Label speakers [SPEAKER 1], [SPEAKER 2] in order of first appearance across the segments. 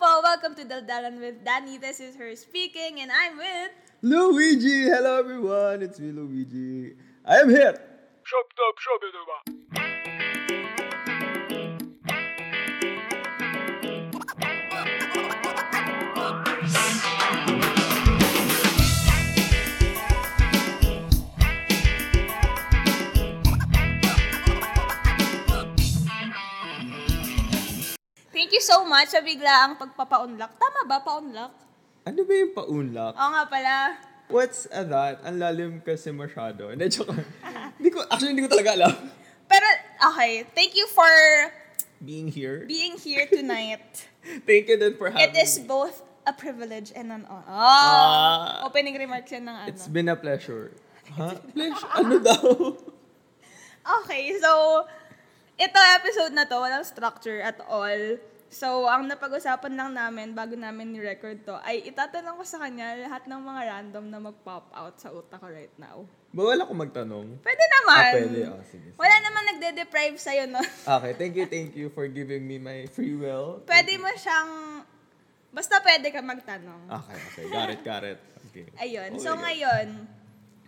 [SPEAKER 1] welcome to Daldalan with Danny. This is her speaking, and I'm with...
[SPEAKER 2] Luigi! Hello everyone! It's me, Luigi. I am here!
[SPEAKER 1] Thank you so much sa biglaang pagpapaunlak. Tama ba, paunlak?
[SPEAKER 2] Ano ba yung paunlak?
[SPEAKER 1] Oo nga pala.
[SPEAKER 2] What's a that? Ang lalim kasi masyado. Hindi, joke. lang. Hindi ko, actually, hindi ko talaga alam.
[SPEAKER 1] Pero, okay. Thank you for
[SPEAKER 2] Being here.
[SPEAKER 1] being here tonight.
[SPEAKER 2] Thank you then for
[SPEAKER 1] It
[SPEAKER 2] having
[SPEAKER 1] is
[SPEAKER 2] me.
[SPEAKER 1] both a privilege and an honor.
[SPEAKER 2] Ah.
[SPEAKER 1] Oh, opening remarks yan ng ano.
[SPEAKER 2] It's been a pleasure. Ha? Pleasure? Ano daw?
[SPEAKER 1] Okay, so, ito episode na to, walang structure at all. So, ang napag-usapan lang namin bago namin ni-record to ay itatanong ko sa kanya lahat ng mga random na mag-pop out sa utak ko right now.
[SPEAKER 2] Bawal ako magtanong.
[SPEAKER 1] Pwede naman.
[SPEAKER 2] Ah, pwede. Ah, sige, sige.
[SPEAKER 1] Wala naman nagde-deprive sa'yo no?
[SPEAKER 2] Okay, thank you, thank you for giving me my free will.
[SPEAKER 1] Pwede mo siyang, basta pwede ka magtanong.
[SPEAKER 2] Okay, okay. Got it, got it. Ah. Okay.
[SPEAKER 1] Ayun.
[SPEAKER 2] Oh
[SPEAKER 1] so,
[SPEAKER 2] my God.
[SPEAKER 1] ngayon,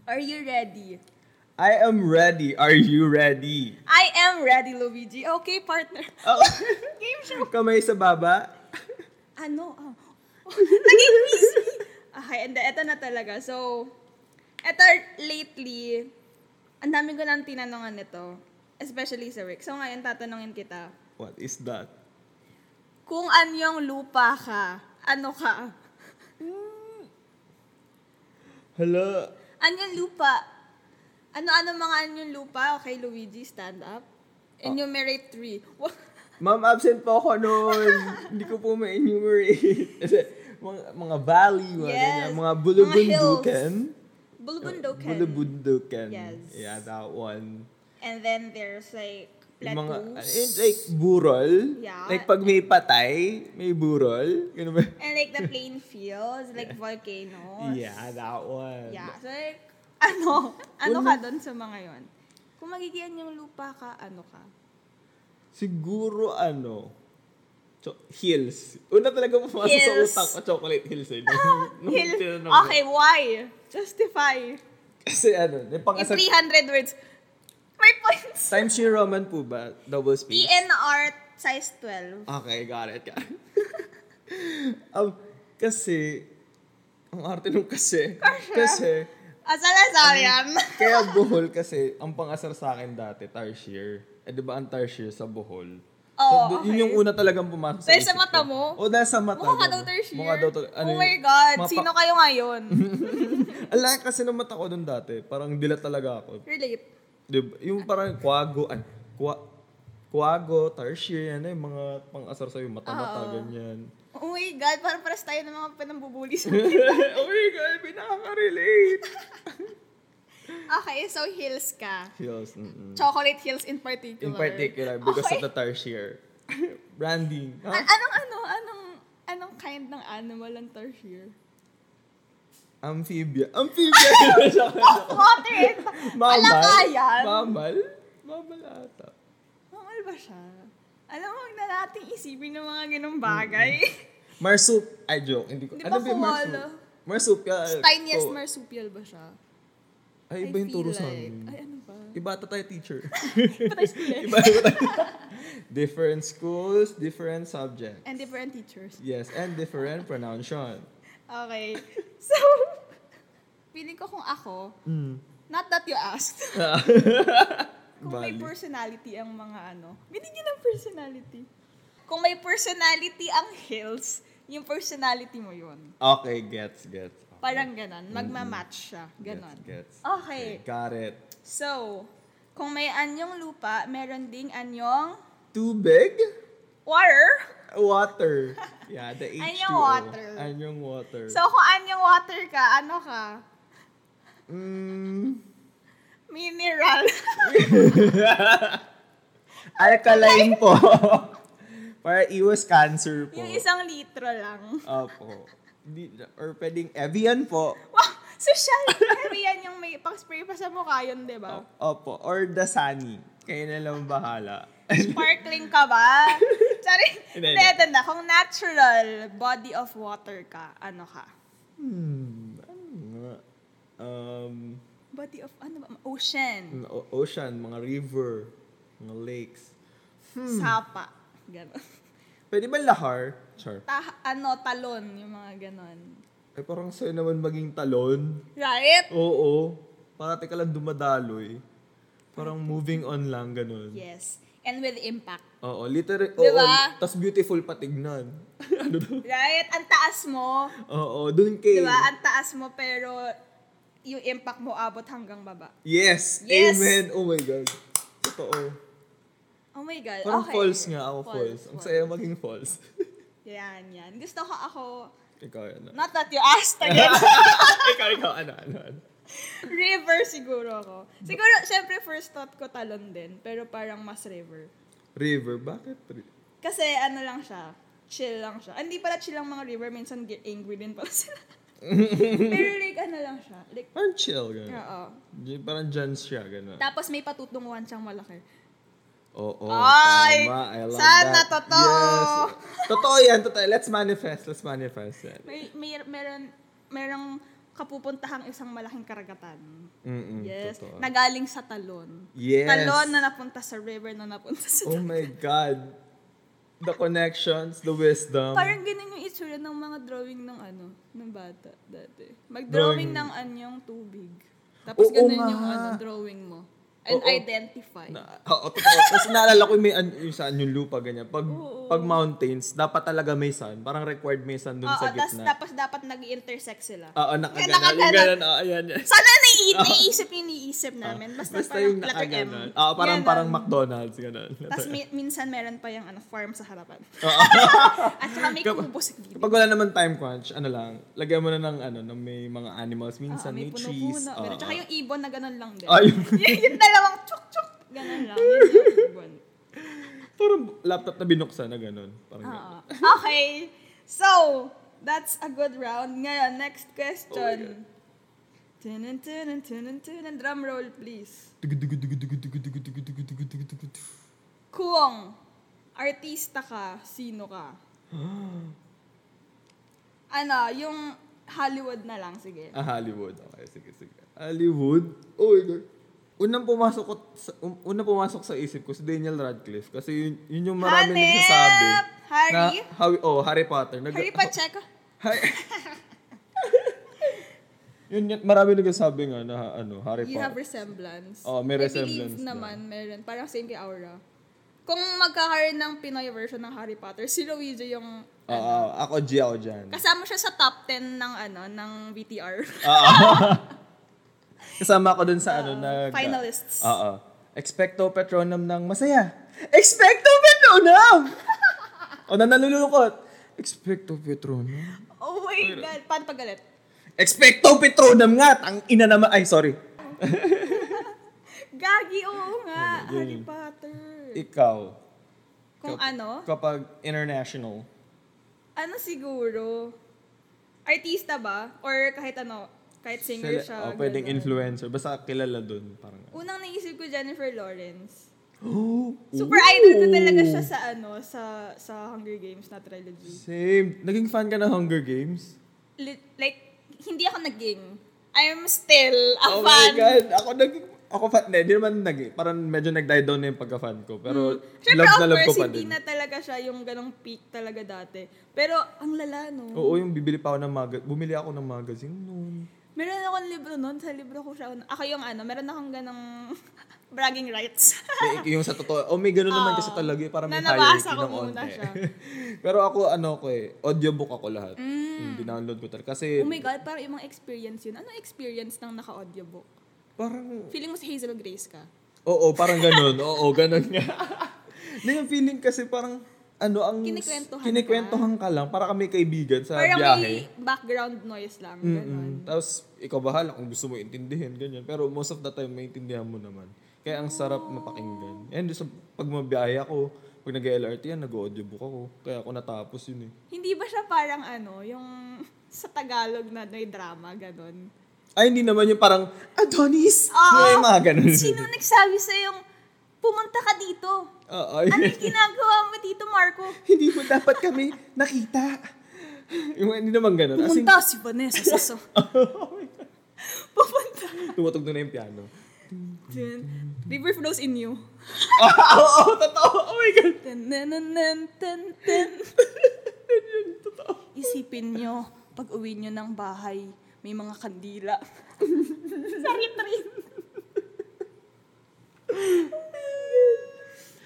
[SPEAKER 1] are you ready?
[SPEAKER 2] I am ready. Are you ready?
[SPEAKER 1] I am ready, Luigi. Okay, partner.
[SPEAKER 2] Oh.
[SPEAKER 1] Game show.
[SPEAKER 2] Kamay sa baba.
[SPEAKER 1] Ano? Oh. Naging busy. Okay, and then, eto na talaga. So, eto lately, ang dami ko nang tinanongan nito. Especially sa work. So, ngayon tatanungin kita.
[SPEAKER 2] What is that?
[SPEAKER 1] Kung anyong lupa ka, ano ka?
[SPEAKER 2] Hala.
[SPEAKER 1] Anyong lupa? Ano-ano mga anyong lupa? Okay, Luigi, stand up.
[SPEAKER 2] Ah.
[SPEAKER 1] Enumerate three. Wa-
[SPEAKER 2] Ma'am, absent po ako noon. Hindi ko po ma-enumerate. Kasi mga, mga valley, mga
[SPEAKER 1] Yes.
[SPEAKER 2] ganyan. Mga
[SPEAKER 1] Mga
[SPEAKER 2] bulubundukan. Uh,
[SPEAKER 1] Bulbundokan.
[SPEAKER 2] Bulubundukan.
[SPEAKER 1] Yes.
[SPEAKER 2] Yeah, that one.
[SPEAKER 1] And then there's like
[SPEAKER 2] Yung mga,
[SPEAKER 1] plateaus.
[SPEAKER 2] eh, like, burol.
[SPEAKER 1] Yeah.
[SPEAKER 2] Like, pag may patay, may burol. Ganun ba?
[SPEAKER 1] And like the plain fields, like volcanoes.
[SPEAKER 2] Yeah, that one.
[SPEAKER 1] Yeah. So like, ano? Ano
[SPEAKER 2] Wala.
[SPEAKER 1] ka doon sa mga yon? Kung magiging yung lupa ka, ano ka?
[SPEAKER 2] Siguro, ano, cho- hills. Una talaga pumasok sa
[SPEAKER 1] Hills.
[SPEAKER 2] utak ko, chocolate hills. Eh. Nung
[SPEAKER 1] Hill-
[SPEAKER 2] tinanong ko.
[SPEAKER 1] okay, why? Justify.
[SPEAKER 2] Kasi ano,
[SPEAKER 1] In
[SPEAKER 2] yung pang-asat-
[SPEAKER 1] 300 words. May points.
[SPEAKER 2] Times New Roman po ba? Double space?
[SPEAKER 1] PNR size 12.
[SPEAKER 2] Okay, got it. Got it. um, kasi, ang arte nung kasi, kasi, Ano
[SPEAKER 1] Asal-asal yan.
[SPEAKER 2] kaya Bohol kasi, ang pangasar sa akin dati, Tarsier. Eh, di ba ang Tarsier sa Bohol?
[SPEAKER 1] Oo, Oh,
[SPEAKER 2] dun- Yun
[SPEAKER 1] okay.
[SPEAKER 2] yung una talagang pumasok
[SPEAKER 1] Dahil sa
[SPEAKER 2] isip
[SPEAKER 1] mata
[SPEAKER 2] ko.
[SPEAKER 1] mo?
[SPEAKER 2] Oo, dahil sa mata
[SPEAKER 1] Mukha ka
[SPEAKER 2] mo.
[SPEAKER 1] daw tertiary.
[SPEAKER 2] Mukha daw ter- ano
[SPEAKER 1] oh
[SPEAKER 2] yun?
[SPEAKER 1] my God.
[SPEAKER 2] Mga pa-
[SPEAKER 1] Sino kayo ngayon?
[SPEAKER 2] Ang laki kasi ng mata ko nun dati. Parang dilat talaga ako.
[SPEAKER 1] Relate.
[SPEAKER 2] Diba? Yung parang kwago, an, kwa, kwago, tarsier, ano yung mga pang-asar sa'yo, mata-mata, ganyan.
[SPEAKER 1] Oh my God. Parang paras tayo ng mga pinambubuli sa
[SPEAKER 2] oh my God, pinaka-relate.
[SPEAKER 1] Okay, so hills ka.
[SPEAKER 2] Hills, mm-mm.
[SPEAKER 1] Chocolate hills in particular.
[SPEAKER 2] In particular, because
[SPEAKER 1] Okay.
[SPEAKER 2] of the tarsier. Branding. Ah,
[SPEAKER 1] A-
[SPEAKER 2] Huh?
[SPEAKER 1] anong ano, anong, anong kind ng animal ang tarsier?
[SPEAKER 2] Amphibia. Amphibia!
[SPEAKER 1] What it?
[SPEAKER 2] Mamal.
[SPEAKER 1] Palakayan?
[SPEAKER 2] Mamal? Mamal ata.
[SPEAKER 1] Mahal ba siya? Alam mo, huwag na natin isipin ng mga ganong bagay.
[SPEAKER 2] Marsup. Ay, joke. Hindi ko.
[SPEAKER 1] Di ba
[SPEAKER 2] Ano ba Mm-hmm. yung marsup?
[SPEAKER 1] koala?
[SPEAKER 2] Marsupial.
[SPEAKER 1] Tiniest
[SPEAKER 2] Ko-
[SPEAKER 1] marsupial ba siya?
[SPEAKER 2] Ay, iba yung
[SPEAKER 1] feel
[SPEAKER 2] turo sa
[SPEAKER 1] like-
[SPEAKER 2] amin.
[SPEAKER 1] Ay, ano ba?
[SPEAKER 2] Iba ata tayo teacher.
[SPEAKER 1] Iba tayo school eh.
[SPEAKER 2] iba iba tayo. different schools, different subject.
[SPEAKER 1] And different teachers.
[SPEAKER 2] Yes, and different pronunciation.
[SPEAKER 1] Okay. So, feeling ko kung ako,
[SPEAKER 2] Mm.
[SPEAKER 1] not that you asked, kung may
[SPEAKER 2] Bali.
[SPEAKER 1] personality ang mga ano. Binigyan ng personality. Kung may personality ang hills, yung personality mo yun.
[SPEAKER 2] Okay, gets, gets. Okay.
[SPEAKER 1] Parang ganon. Magmamatch siya.
[SPEAKER 2] Mm-hmm. Gets,
[SPEAKER 1] Ganon.
[SPEAKER 2] Gets,
[SPEAKER 1] Okay.
[SPEAKER 2] Got it.
[SPEAKER 1] So, kung may anyong lupa, meron ding anyong
[SPEAKER 2] Tubig?
[SPEAKER 1] water.
[SPEAKER 2] Water. Yeah, the H2O.
[SPEAKER 1] Anyong water.
[SPEAKER 2] Anyong water.
[SPEAKER 1] So, kung anyong water ka, ano ka?
[SPEAKER 2] mm,
[SPEAKER 1] Mineral.
[SPEAKER 2] alkaline po. Para iwas cancer po.
[SPEAKER 1] yung isang litro lang.
[SPEAKER 2] Opo. Di- or pwedeng Evian po.
[SPEAKER 1] Wow! Social media yan yung may pang-spray pa sa mukha yun, di
[SPEAKER 2] Oh.
[SPEAKER 1] ba?
[SPEAKER 2] Opo. Or Dasani. Kayo na lang bahala.
[SPEAKER 1] Sparkling ka ba? Sa Sorry.
[SPEAKER 2] Hindi,
[SPEAKER 1] Hindi,
[SPEAKER 2] hindi.
[SPEAKER 1] ito na. Kung natural body of water ka, ano ka?
[SPEAKER 2] Hmm, ano nga? Um,
[SPEAKER 1] Body of, ano ba? Ocean.
[SPEAKER 2] o- ocean, mga river, mga lakes. Hmm.
[SPEAKER 1] Sapa. Ganon.
[SPEAKER 2] Pwede ba lahar? Char.
[SPEAKER 1] Ta- ano, talon. Yung mga ganon.
[SPEAKER 2] Eh, parang sa'yo naman maging talon.
[SPEAKER 1] Right?
[SPEAKER 2] Oo. Parati ka lang dumadaloy. Parang moving on lang, ganun.
[SPEAKER 1] Yes. And with impact.
[SPEAKER 2] Oo, literal.
[SPEAKER 1] Diba?
[SPEAKER 2] Oo, tas beautiful patignan. ano daw?
[SPEAKER 1] Right? Ang taas mo.
[SPEAKER 2] Oo, dun kay.
[SPEAKER 1] Di ba? Ang taas mo pero yung impact mo abot hanggang baba.
[SPEAKER 2] Yes!
[SPEAKER 1] Yes!
[SPEAKER 2] Amen! Oh my God. Totoo.
[SPEAKER 1] Oh my God.
[SPEAKER 2] Parang
[SPEAKER 1] okay.
[SPEAKER 2] false nga ako, false. Ang
[SPEAKER 1] false.
[SPEAKER 2] saya maging false.
[SPEAKER 1] Yan, yan. Gusto ko ako,
[SPEAKER 2] ikaw, ano?
[SPEAKER 1] not that you asked again,
[SPEAKER 2] ikaw, ikaw, ano, ano, ano.
[SPEAKER 1] river siguro ako. Siguro, syempre first thought ko talon din, pero parang mas river.
[SPEAKER 2] River, bakit? ri-
[SPEAKER 1] Kasi ano lang siya, chill lang siya. Hindi pala chill ang mga river, minsan get angry din pala sila. pero like ano lang siya, like,
[SPEAKER 2] Parang chill, gano'n.
[SPEAKER 1] oo.
[SPEAKER 2] Di- Parang dyan siya, gano'n.
[SPEAKER 1] Tapos may patutunguhan siyang malaki.
[SPEAKER 2] Oo,
[SPEAKER 1] Ay!
[SPEAKER 2] tama. I love
[SPEAKER 1] Sana
[SPEAKER 2] that.
[SPEAKER 1] totoo!
[SPEAKER 2] Yes. Totoo yan, totoo. Let's manifest, let's manifest yan.
[SPEAKER 1] May, may, meron, merong kapupuntahang isang malaking karagatan.
[SPEAKER 2] Mm-mm,
[SPEAKER 1] Yes.
[SPEAKER 2] Hmm, Totoo.
[SPEAKER 1] Nagaling sa talon.
[SPEAKER 2] yes.
[SPEAKER 1] Talon na napunta sa river na napunta sa...
[SPEAKER 2] Oh my God. The connections, the wisdom.
[SPEAKER 1] Parang ganun yung itsura ng mga drawing ng ano, ng bata dati. Mag-drawing
[SPEAKER 2] Drawing.
[SPEAKER 1] ng anyong tubig. Tapos
[SPEAKER 2] Oo
[SPEAKER 1] ganun
[SPEAKER 2] nga.
[SPEAKER 1] yung ano, drawing mo. And
[SPEAKER 2] Oo.
[SPEAKER 1] identify.
[SPEAKER 2] Na, oo, totoo. Tapos naalala ko yung may an, yung saan yung lupa, ganyan. Pag,
[SPEAKER 1] Oo.
[SPEAKER 2] pag mountains, dapat talaga may sun. Parang required may sun dun
[SPEAKER 1] Oo,
[SPEAKER 2] sa
[SPEAKER 1] tas,
[SPEAKER 2] gitna. Ah.
[SPEAKER 1] tapos dapat nag intersect sila.
[SPEAKER 2] Oo, nakaganan. Yung
[SPEAKER 1] nakaganon.
[SPEAKER 2] ganun, oo, ayan, yan.
[SPEAKER 1] Sana nai- naiisip yung naiisip namin. Basta, parang letter M.
[SPEAKER 2] Ah. nakaganon. Oo, parang,
[SPEAKER 1] Ganon.
[SPEAKER 2] parang McDonald's, ganun.
[SPEAKER 1] Tapos mi- minsan meron pa yung ano, farm sa harapan.
[SPEAKER 2] Oo.
[SPEAKER 1] At saka may
[SPEAKER 2] Kapag-
[SPEAKER 1] kubo sa gilid.
[SPEAKER 2] Kapag wala naman time crunch, ano lang, lagyan mo na ng ano, ng may mga animals.
[SPEAKER 1] Oo,
[SPEAKER 2] Minsan may, trees. ah.
[SPEAKER 1] puno-puno.
[SPEAKER 2] oo.
[SPEAKER 1] Meron. Tsaka yung ibon na ganun lang din.
[SPEAKER 2] Ah, yung-
[SPEAKER 1] yung, yung dalawang chuk-chuk. Ganun lang. Yun yung ibon.
[SPEAKER 2] Parang laptop na binuksan na ganun. Parang ganun.
[SPEAKER 1] Oo. Okay. So, that's a good round. Ngayon, next
[SPEAKER 2] Oh
[SPEAKER 1] question. Tunan, tunan, tunan, tunan. Drum roll, please. Kung artista ka, sino ka? Ano, yung Hollywood na lang, sige.
[SPEAKER 2] Ah, Hollywood. Okay, sige, sige. Hollywood? Oh my God. Unang pumasok, ko, sa, un- unang pumasok sa isip ko si Daniel Radcliffe kasi yun, yun yung marami
[SPEAKER 1] Hanep!
[SPEAKER 2] nagsasabi. Na,
[SPEAKER 1] Harry?
[SPEAKER 2] Hawi- oh, Harry Potter. Nag-
[SPEAKER 1] Harry Pacheco?
[SPEAKER 2] Har- yun, yun, marami nagsasabi nga na ano, Harry
[SPEAKER 1] You have
[SPEAKER 2] Potter.
[SPEAKER 1] resemblance.
[SPEAKER 2] Oo, Oh, may
[SPEAKER 1] I
[SPEAKER 2] resemblance
[SPEAKER 1] believe
[SPEAKER 2] na.
[SPEAKER 1] naman, meron. Parang same kay Aura. Kung magkakaroon ng Pinoy version ng Harry Potter, si Luigi yung...
[SPEAKER 2] Oo,
[SPEAKER 1] Ano?
[SPEAKER 2] ako G ako dyan.
[SPEAKER 1] Kasama siya sa top 10 ng ano, ng VTR.
[SPEAKER 2] Ah. Kasama ko dun sa ano
[SPEAKER 1] Ah,
[SPEAKER 2] na...
[SPEAKER 1] finalists.
[SPEAKER 2] Oo. Expecto Patronum ng masaya. Expecto Patronum! o na nalulungkot. Expecto Patronum.
[SPEAKER 1] oh my God! Paano pagalit?
[SPEAKER 2] Expecto Patronum nga! Ang ina naman. Ay, sorry.
[SPEAKER 1] Gagi, oo nga!
[SPEAKER 2] Yun.
[SPEAKER 1] Harry Potter.
[SPEAKER 2] Ikaw.
[SPEAKER 1] Kung
[SPEAKER 2] Ano,
[SPEAKER 1] ano?
[SPEAKER 2] Kap- Kapag international.
[SPEAKER 1] Ano siguro? Artista ba? Or kahit ano? Kahit singer
[SPEAKER 2] Sele-
[SPEAKER 1] siya.
[SPEAKER 2] o, oh, pwedeng
[SPEAKER 1] ganun.
[SPEAKER 2] influencer. Basta kilala dun. Parang,
[SPEAKER 1] Unang naisip ko Jennifer Lawrence.
[SPEAKER 2] oh,
[SPEAKER 1] Super idol ko talaga siya sa ano, sa sa Hunger Games na trilogy.
[SPEAKER 2] Same. Naging fan ka ng Hunger Games?
[SPEAKER 1] li- like, hindi ako naging. I'm still a
[SPEAKER 2] oh
[SPEAKER 1] fan.
[SPEAKER 2] my God. Ako naging... Ako fan, hindi hindi naman naging... Parang medyo nag-die down na yung pagka-fan ko. Pero
[SPEAKER 1] Mm. Siyempre,
[SPEAKER 2] love
[SPEAKER 1] of
[SPEAKER 2] na love ko
[SPEAKER 1] course,
[SPEAKER 2] pa
[SPEAKER 1] hindi
[SPEAKER 2] din.
[SPEAKER 1] na talaga siya yung ganong peak talaga dati. Pero, ang lala, no?
[SPEAKER 2] Oo, yung bibili pa ako ng magazine. Bumili ako ng magazine noon.
[SPEAKER 1] Meron akong libro nun. Sa libro ko siya. Ako yung ano, meron akong ganong bragging rights.
[SPEAKER 2] May, yung sa totoo. O may gano'n naman
[SPEAKER 1] Oo.
[SPEAKER 2] kasi talaga. eh, Para may
[SPEAKER 1] Nanabasa
[SPEAKER 2] hierarchy
[SPEAKER 1] ko
[SPEAKER 2] ng
[SPEAKER 1] muna
[SPEAKER 2] onte.
[SPEAKER 1] siya.
[SPEAKER 2] Pero ako, ano ko eh. Audiobook ako lahat. Mm. Dinownload ko talaga. Kasi
[SPEAKER 1] oh my God, parang yung mga experience yun. Ano experience ng naka-audiobook?
[SPEAKER 2] parang
[SPEAKER 1] Feeling mo si Hazel Grace ka?
[SPEAKER 2] Oo, parang ganun. Oo, ganun nga. Hindi, yung feeling kasi parang, ano, ang...
[SPEAKER 1] Kinikwentuhan
[SPEAKER 2] kinikwentuhan ka. lang. Para kami kaibigan sa
[SPEAKER 1] parang may
[SPEAKER 2] biyahe.
[SPEAKER 1] background noise lang.
[SPEAKER 2] Mm-mm.
[SPEAKER 1] Ganon.
[SPEAKER 2] Tapos, ikaw bahala kung gusto mo intindihin, ganyan. Pero most of the time, maintindihan mo naman. Kaya ang sarap mapakinggan. And sa pag mabiyahe ako, pag nag-LRT yan, nag-audiobook ako. Kaya ako natapos yun eh.
[SPEAKER 1] Hindi ba siya parang ano, yung sa Tagalog na may drama, ganon?
[SPEAKER 2] Ah! Ay, hindi naman yung parang, Adonis! Yung mga ganun.
[SPEAKER 1] Sino nagsabi sa yung pumunta ka dito.
[SPEAKER 2] Oo.
[SPEAKER 1] Ano yung ginagawa mo dito, Marco?
[SPEAKER 2] hindi mo dapat kami nakita. Yung hindi naman ganun. As in, Oh.
[SPEAKER 1] Pumunta si Vanessa sa so. Pumunta.
[SPEAKER 2] tumutog na yung piano.
[SPEAKER 1] Dun. River flows in you.
[SPEAKER 2] Ah, Oo, oo, totoo. Oh my God.
[SPEAKER 1] Tan-nan-nan-tan-tan. Isipin nyo, pag uwi nyo ng bahay, may mga kandila. Sa retreat.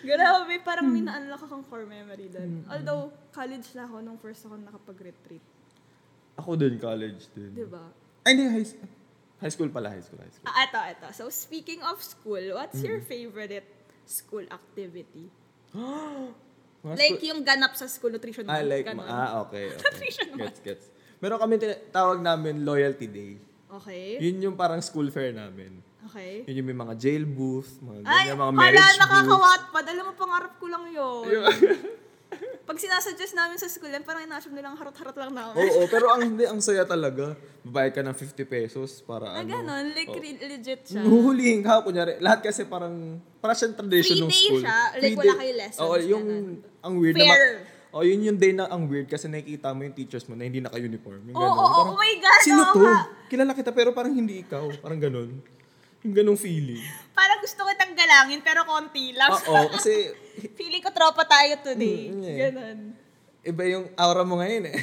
[SPEAKER 1] Grabe, parang
[SPEAKER 2] Hmm.
[SPEAKER 1] may na-unlock akong core memory doon. Although, college na ako nung first ako nakapag-retreat.
[SPEAKER 2] Ako din, college din.
[SPEAKER 1] Diba?
[SPEAKER 2] Ay, hindi, high school. High school pala, high school, high school.
[SPEAKER 1] Ah, eto, eto. So, speaking of school, what's your
[SPEAKER 2] Mm-hmm.
[SPEAKER 1] favorite school activity?
[SPEAKER 2] Mga
[SPEAKER 1] like,
[SPEAKER 2] school-
[SPEAKER 1] yung ganap sa school, nutrition.
[SPEAKER 2] Ah, like,
[SPEAKER 1] ganun.
[SPEAKER 2] ah, okay, okay.
[SPEAKER 1] Nutrition
[SPEAKER 2] gets, gets. Meron kami tinatawag namin loyalty day.
[SPEAKER 1] Okay.
[SPEAKER 2] Yun yung parang school fair namin.
[SPEAKER 1] Okay.
[SPEAKER 2] Yun yung may mga jail booth, mga
[SPEAKER 1] Ay,
[SPEAKER 2] ganyan, mga
[SPEAKER 1] wala,
[SPEAKER 2] marriage booth.
[SPEAKER 1] nakakawatpad. Alam mo, pangarap ko lang yun. Pag sinasuggest namin sa school, yan, parang inassume nilang harot-harot lang namin.
[SPEAKER 2] Oo, pero ang hindi, ang saya talaga. Babayad ka ng 50 pesos para
[SPEAKER 1] na
[SPEAKER 2] ano. Mm-hmm.
[SPEAKER 1] ganun, like, re- legit siya.
[SPEAKER 2] Huhulihin ka, kunyari. Lahat kasi parang, parang siyang tradition
[SPEAKER 1] Free
[SPEAKER 2] ng
[SPEAKER 1] day
[SPEAKER 2] school.
[SPEAKER 1] siya, like
[SPEAKER 2] Free
[SPEAKER 1] wala
[SPEAKER 2] day.
[SPEAKER 1] kayo lessons,
[SPEAKER 2] Oo, yung,
[SPEAKER 1] ganun.
[SPEAKER 2] ang weird na,
[SPEAKER 1] Fair.
[SPEAKER 2] ma- oh, yun yung day na ang weird kasi nakikita mo yung teachers mo na hindi naka-uniform. Yung
[SPEAKER 1] Oo,
[SPEAKER 2] ganun.
[SPEAKER 1] oo, oo,
[SPEAKER 2] Parang,
[SPEAKER 1] oh my God,
[SPEAKER 2] Sino
[SPEAKER 1] oo
[SPEAKER 2] to?
[SPEAKER 1] nga."
[SPEAKER 2] Kilala kita pero parang hindi ikaw. Parang ganun. Yung ganung feeling.
[SPEAKER 1] Parang gusto ko itang galangin, pero konti lang.
[SPEAKER 2] Oo, kasi
[SPEAKER 1] Feeling ko tropa tayo today.
[SPEAKER 2] Mm, yeah.
[SPEAKER 1] Ganun.
[SPEAKER 2] iba yung aura mo ngayon eh.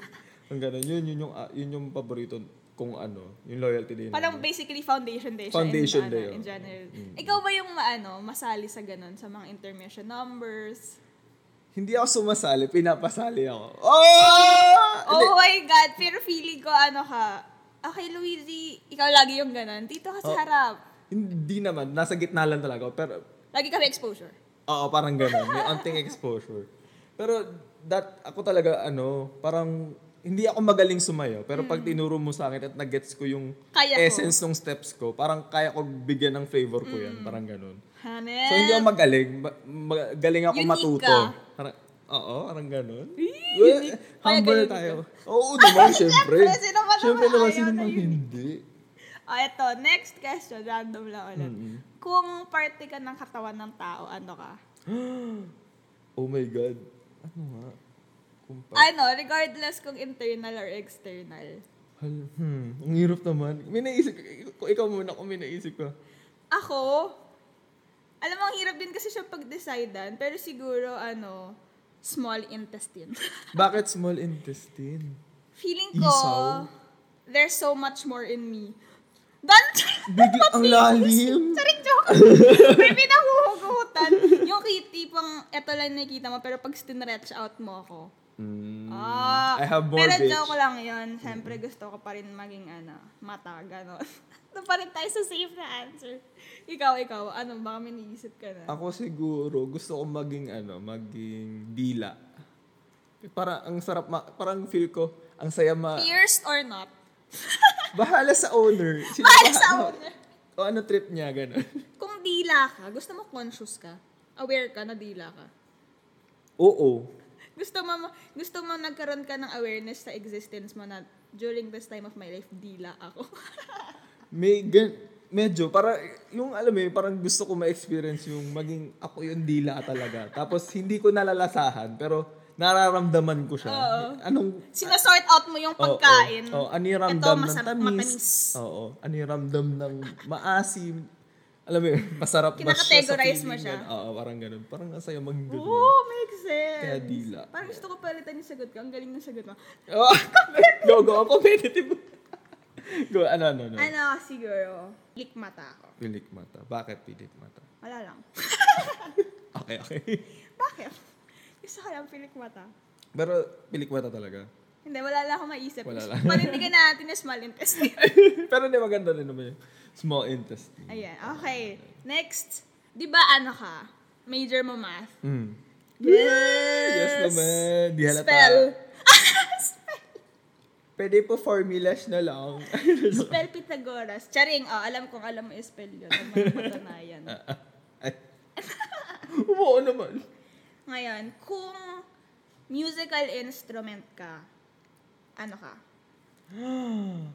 [SPEAKER 2] ang ganun. Yun, yun yung, ah, yun yung paborito kung ano, yung loyalty day.
[SPEAKER 1] Parang
[SPEAKER 2] namin.
[SPEAKER 1] basically foundation day siya.
[SPEAKER 2] Foundation
[SPEAKER 1] in, ano,
[SPEAKER 2] day, oo. Mm.
[SPEAKER 1] In general. Ikaw ba yung maano, masali sa ganun, sa mga intermission numbers?
[SPEAKER 2] Hindi ako sumasali, pinapasali ako. Oh! Hindi.
[SPEAKER 1] Oh my God! Pero feeling ko, ano ka, okay, Luigi, ikaw lagi yung ganun. Dito ka sa
[SPEAKER 2] Oh.
[SPEAKER 1] harap.
[SPEAKER 2] Hindi naman, nasa gitna lang talaga. ako, Pero,
[SPEAKER 1] Lagi kami exposure.
[SPEAKER 2] oo, parang ganun. May anting exposure. Pero, that, ako talaga, ano, parang, hindi ako magaling sumayo. Pero pag tinuro mo sa akin at nag-gets ko yung
[SPEAKER 1] Mm. Kaya ko.
[SPEAKER 2] essence ng steps ko, parang kaya ko bigyan ng favor ko
[SPEAKER 1] Mm.
[SPEAKER 2] yan. Parang ganun.
[SPEAKER 1] Hanep.
[SPEAKER 2] So, hindi ako magaling. Ma- Magaling ako
[SPEAKER 1] Unique
[SPEAKER 2] matuto.
[SPEAKER 1] ka.
[SPEAKER 2] Parang, oo, parang ganun.
[SPEAKER 1] Eee,
[SPEAKER 2] Eh,
[SPEAKER 1] Kaya
[SPEAKER 2] Humble
[SPEAKER 1] ganun
[SPEAKER 2] tayo. Oo naman, syempre.
[SPEAKER 1] Syempre, sino ba naman
[SPEAKER 2] Syempre naman,
[SPEAKER 1] ayaw
[SPEAKER 2] sino
[SPEAKER 1] na
[SPEAKER 2] naman
[SPEAKER 1] yun?
[SPEAKER 2] hindi.
[SPEAKER 1] Oh, eto. Next question. Random lang ulit. Kung parte ka ng katawan ng tao, ano ka?
[SPEAKER 2] Oh my God. Ano nga? Kumpa.
[SPEAKER 1] Ano, regardless kung internal or external.
[SPEAKER 2] Hal, hmm, ang hirap naman. May naisip, ikaw, ikaw muna kung may naisip ka.
[SPEAKER 1] Ako, alam mo, ang hirap din kasi siya pag-decidean. Pero siguro, ano, small intestine.
[SPEAKER 2] Bakit small intestine?
[SPEAKER 1] Feeling ko,
[SPEAKER 2] Isaw?
[SPEAKER 1] there's so much more in me. Don't!
[SPEAKER 2] Bigla ang lalim.
[SPEAKER 1] Saring joke. May pinahuhugutan. Yung kitty pang eto lang nakikita mo pero pag stretch out mo ako.
[SPEAKER 2] Mm,
[SPEAKER 1] Ah,
[SPEAKER 2] I have more
[SPEAKER 1] Pero
[SPEAKER 2] bitch.
[SPEAKER 1] joke lang yun. Siyempre gusto ko pa rin maging ano, mata, gano'n. Doon pa rin tayo sa safe na answer. Ikaw, ikaw, ano, baka may naisip ka na.
[SPEAKER 2] Ako siguro, gusto ko maging ano, maging dila. Para ang sarap, ma- parang feel ko, ang saya ma...
[SPEAKER 1] Pierced or not?
[SPEAKER 2] Bahala sa owner. Sino
[SPEAKER 1] Para sa
[SPEAKER 2] bahala?
[SPEAKER 1] owner.
[SPEAKER 2] O ano trip niya, gano'n.
[SPEAKER 1] Kung dila ka, gusto mo conscious ka? Aware ka na dila ka?
[SPEAKER 2] Oo.
[SPEAKER 1] Gusto mo, gusto mo nagkaroon ka ng awareness sa existence mo na during this time of my life, dila ako.
[SPEAKER 2] May gan- medyo para yung alam mo yun, parang gusto ko ma-experience yung maging ako yung dila talaga. Tapos hindi ko nalalasahan pero nararamdaman ko siya.
[SPEAKER 1] Oo.
[SPEAKER 2] Anong
[SPEAKER 1] Sinasort out mo yung pagkain.
[SPEAKER 2] Oo, oo. ano yung ramdam
[SPEAKER 1] Ito,
[SPEAKER 2] ng
[SPEAKER 1] masarap,
[SPEAKER 2] tamis?
[SPEAKER 1] matamis.
[SPEAKER 2] Oo, ano yung ramdam ng maasim? Alam mo yun, masarap ba siya sa
[SPEAKER 1] Kinakategorize mo
[SPEAKER 2] feeling?
[SPEAKER 1] siya.
[SPEAKER 2] Oo, parang ganun. Parang ang saya mang
[SPEAKER 1] Oo,
[SPEAKER 2] ganun.
[SPEAKER 1] makes sense.
[SPEAKER 2] Kaya dila.
[SPEAKER 1] Parang gusto ko palitan yung sagot ko. Ang galing ng sagot mo.
[SPEAKER 2] Oh, go, go. Ang competitive. go, ano, ano, ano.
[SPEAKER 1] Ano, siguro, likmata ako.
[SPEAKER 2] Pilik mata. Bakit pilik mata?
[SPEAKER 1] Wala lang.
[SPEAKER 2] Okay, okay.
[SPEAKER 1] Bakit? Gusto ko lang pilikmata.
[SPEAKER 2] Pero pilik mata talaga.
[SPEAKER 1] Hindi, wala lang akong maisip.
[SPEAKER 2] Wala lang.
[SPEAKER 1] Panindigan natin na small intestine.
[SPEAKER 2] Pero hindi maganda rin naman yun. Small intestine.
[SPEAKER 1] Ayan, okay. Next. Di ba ano ka? Major mo math?
[SPEAKER 2] Mm.
[SPEAKER 1] Yes!
[SPEAKER 2] Yes naman. Di halata.
[SPEAKER 1] Spell.
[SPEAKER 2] Pwede po formulas na lang.
[SPEAKER 1] Spell Pythagoras. Charing, oh, alam kong alam mo yung spell yun. Ang mga patunayan.
[SPEAKER 2] Ah. Ay. Oo naman.
[SPEAKER 1] Ngayon, kung musical instrument ka, ano ka?
[SPEAKER 2] Ang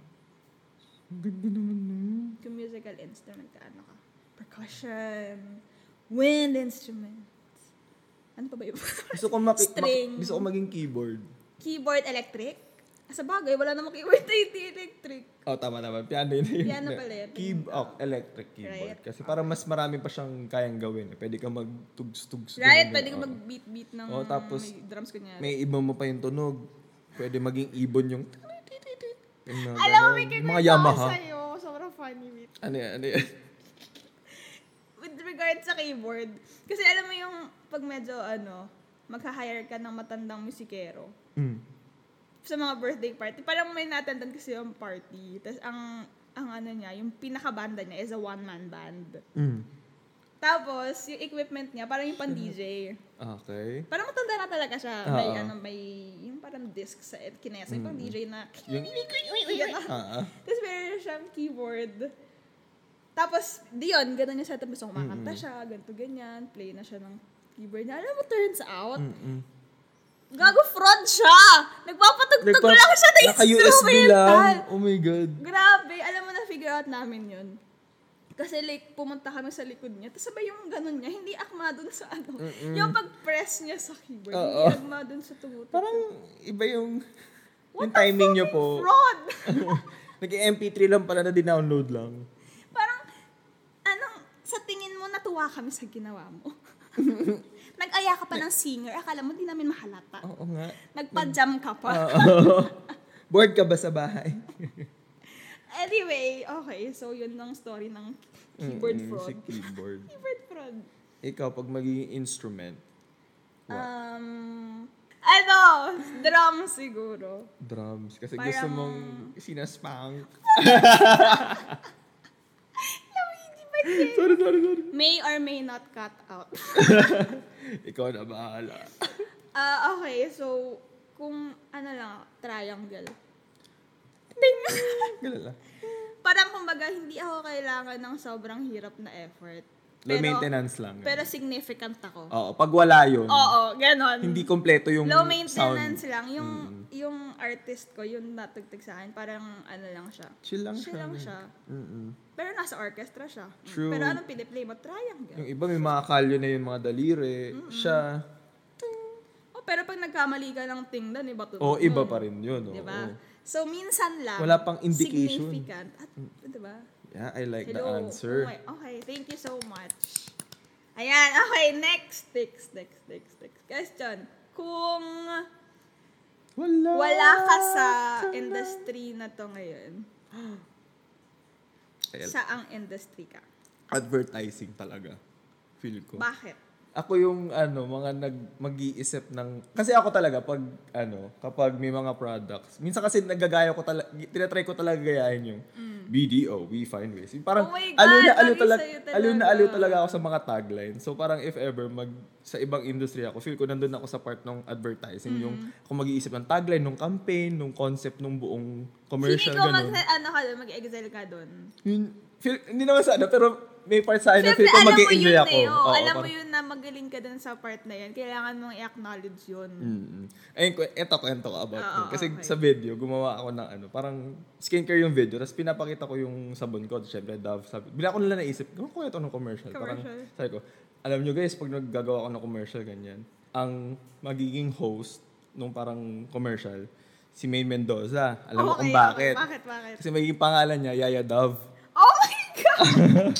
[SPEAKER 2] ganda naman nun.
[SPEAKER 1] Kung musical instrument ka, ano ka? Percussion, Wind instrument. Ano pa ba yun?
[SPEAKER 2] Gusto ko, maki- maki-
[SPEAKER 1] String.
[SPEAKER 2] gusto ko maging keyboard.
[SPEAKER 1] keyboard electric? Ah, Sa bagay, wala namang keyboard na hindi electric.
[SPEAKER 2] Oh, tama naman. Piano yun. yun.
[SPEAKER 1] Piano pala yun.
[SPEAKER 2] Key, oh, electric keyboard.
[SPEAKER 1] Right.
[SPEAKER 2] Kasi para mas marami pa siyang kayang gawin. eh. Pwede kang magtugs-tugs.
[SPEAKER 1] Right?
[SPEAKER 2] ganun,
[SPEAKER 1] Pwede ka
[SPEAKER 2] ganun.
[SPEAKER 1] mag-beat-beat ng
[SPEAKER 2] Oh, tapos
[SPEAKER 1] may drums kunya.
[SPEAKER 2] May iba mo pa yung tunog. Pwede maging ibon yung... yung mga
[SPEAKER 1] Alam mo,
[SPEAKER 2] ganun.
[SPEAKER 1] may
[SPEAKER 2] Mga
[SPEAKER 1] kikwento ako
[SPEAKER 2] Yamaha.
[SPEAKER 1] sa'yo. Sobrang funny with
[SPEAKER 2] Ano yan? Ano yan?
[SPEAKER 1] with regard sa keyboard. Kasi alam mo yung pag medyo ano, magha-hire ka ng matandang musikero
[SPEAKER 2] Mm.
[SPEAKER 1] sa mga birthday party. Parang may natandan kasi yung party. Tapos ang ang ano niya, yung pinakabanda niya is a one-man band.
[SPEAKER 2] Mm.
[SPEAKER 1] Tapos, yung equipment niya, parang yung pan-DJ.
[SPEAKER 2] Okay.
[SPEAKER 1] Parang matanda na talaga siya. May
[SPEAKER 2] Mm-hmm. Oo. Mm-hmm.
[SPEAKER 1] ano, may yung parang disc sa ed- kinesa. Yung pang DJ na...
[SPEAKER 2] Yung-
[SPEAKER 1] Ganun.
[SPEAKER 2] Ah, ah.
[SPEAKER 1] Tapos meron siyang keyboard. Tapos, di yun, ganun yung setup. Gusto kumakanta siya, ganito, ganyan. Play na siya ng keyboard niya. Alam mo, turns out,
[SPEAKER 2] Mm-mm.
[SPEAKER 1] gago fraud siya! Nagpapatugtog
[SPEAKER 2] Nagpa-
[SPEAKER 1] lang siya na
[SPEAKER 2] Naka-USB
[SPEAKER 1] instrumental!
[SPEAKER 2] lang. Oh my God.
[SPEAKER 1] Grabe, alam mo, na-figure out namin yun. Kasi like, pumunta kami sa likod niya. Tapos sabay yung ganun niya, hindi akma dun sa ano. Yung pag-press niya sa keyboard,
[SPEAKER 2] Oo.
[SPEAKER 1] hindi akma dun sa tugtog.
[SPEAKER 2] Parang iba yung...
[SPEAKER 1] What the
[SPEAKER 2] yung timing niyo
[SPEAKER 1] fucking
[SPEAKER 2] po.
[SPEAKER 1] Fraud!
[SPEAKER 2] Nag-MP3 lang pala na dinownload lang.
[SPEAKER 1] Parang, anong, sa tingin mo, natuwa kami sa ginawa mo. Nag-aya ka pa ng singer, akala mo di namin mahalata.
[SPEAKER 2] Oo nga.
[SPEAKER 1] Nagpa-jam ka pa.
[SPEAKER 2] Oo. Ah, Bored ka ba sa bahay?
[SPEAKER 1] Anyway, okay, so yun ang story ng keyboard
[SPEAKER 2] Mm-mm, Si
[SPEAKER 1] fraud.
[SPEAKER 2] Mm, keyboard.
[SPEAKER 1] Keyboard fraud.
[SPEAKER 2] Ikaw, pag magiging instrument, what?
[SPEAKER 1] Um, ano, drum siguro.
[SPEAKER 2] drums. Kasi
[SPEAKER 1] parang-
[SPEAKER 2] gusto mong sinaspang.
[SPEAKER 1] Luigi, ba't yun?
[SPEAKER 2] sorry, sorry, sorry.
[SPEAKER 1] May or may not cut out.
[SPEAKER 2] Ikaw na bahala.
[SPEAKER 1] Ah, okay, so, kung ano lang, triangle. Ding!
[SPEAKER 2] Ganun lang.
[SPEAKER 1] parang kumbaga hindi ako kailangan ng sobrang hirap na effort.
[SPEAKER 2] Low maintenance lang.
[SPEAKER 1] Pero significant ako.
[SPEAKER 2] Oo, pag wala yun,
[SPEAKER 1] Oo, ganon.
[SPEAKER 2] hindi kompleto yung
[SPEAKER 1] Low maintenance
[SPEAKER 2] sound. Mm.
[SPEAKER 1] lang. Yung yung artist ko, yung natugtog sa akin, parang ano lang siya.
[SPEAKER 2] Chill lang
[SPEAKER 1] Chill
[SPEAKER 2] siya.
[SPEAKER 1] lang siya.
[SPEAKER 2] Mm-mm.
[SPEAKER 1] Pero nasa orchestra siya. Mm.
[SPEAKER 2] True.
[SPEAKER 1] Pero anong piniplay mo? Triangle.
[SPEAKER 2] Yung iba may mga kalyo na yung mga daliri. Siya.
[SPEAKER 1] Oh, pero pag nagkamali ka ng ting doon, iba to. Mm.
[SPEAKER 2] O iba pa rin yun. oo.
[SPEAKER 1] Diba? So, minsan lang.
[SPEAKER 2] Wala pang indication. Mm.
[SPEAKER 1] Significant. At, diba?
[SPEAKER 2] Yeah, I like the
[SPEAKER 1] Hello. Oh
[SPEAKER 2] answer.
[SPEAKER 1] Okay, okay, thank you so much. Ayan, okay, next, next, next, next, next. Question. Kung
[SPEAKER 2] Wala.
[SPEAKER 1] wala ka sa industry na to ngayon,
[SPEAKER 2] Ayan.
[SPEAKER 1] saang industry ka?
[SPEAKER 2] Advertising talaga. Feel ko.
[SPEAKER 1] Bakit?
[SPEAKER 2] ako yung ano, mga nag mag-iisip ng kasi ako talaga pag ano, kapag may mga products, minsan kasi nagagaya ko talaga, tinatry ko talaga gayahin yung BDO, we find ways. Yung Parang
[SPEAKER 1] Mm. Oh my God,
[SPEAKER 2] aliw na aliw
[SPEAKER 1] bagay
[SPEAKER 2] talaga,
[SPEAKER 1] sa'yo talaga.
[SPEAKER 2] aliw na aliw talaga ako sa mga tagline. So parang if ever mag sa ibang industry ako, feel ko nandun ako sa part ng advertising, yung
[SPEAKER 1] Mm.
[SPEAKER 2] kung mag-iisip ng tagline, ng campaign, ng concept ng buong commercial
[SPEAKER 1] Feeling ko mag,
[SPEAKER 2] ganun.
[SPEAKER 1] ano ka doon, mag-excel ka doon.
[SPEAKER 2] Yun, feel, hindi naman sa ano, pero may part sa akin na
[SPEAKER 1] Siyempre,
[SPEAKER 2] feel ko
[SPEAKER 1] alam mo
[SPEAKER 2] mag-enjoy
[SPEAKER 1] yun
[SPEAKER 2] ako.
[SPEAKER 1] eh. oh.
[SPEAKER 2] Oo,
[SPEAKER 1] alam mo
[SPEAKER 2] parang-
[SPEAKER 1] yun na magaling ka doon sa part na yan. Kailangan mong i-acknowledge yun.
[SPEAKER 2] Mm. Ayun, kwe- eto kwento ko about
[SPEAKER 1] Oo,
[SPEAKER 2] yun. Kasi
[SPEAKER 1] Ah, okay.
[SPEAKER 2] sa video, gumawa ako ng ano, parang skincare yung video. Tapos pinapakita ko yung sabon ko. Siyempre, Dove. Sabi, bila ko nila naisip, gawin ko ito ng commercial.
[SPEAKER 1] Commercial.
[SPEAKER 2] Parang, sabi ko, alam nyo guys, pag naggagawa ako ng commercial, ganyan, ang magiging host nung parang commercial, si Maine Mendoza. Alam mo
[SPEAKER 1] Okay,
[SPEAKER 2] kung
[SPEAKER 1] okay.
[SPEAKER 2] bakit.
[SPEAKER 1] Oh, Bakit, bakit?
[SPEAKER 2] Kasi magiging pangalan niya, Yaya Dove.
[SPEAKER 1] Oh my God!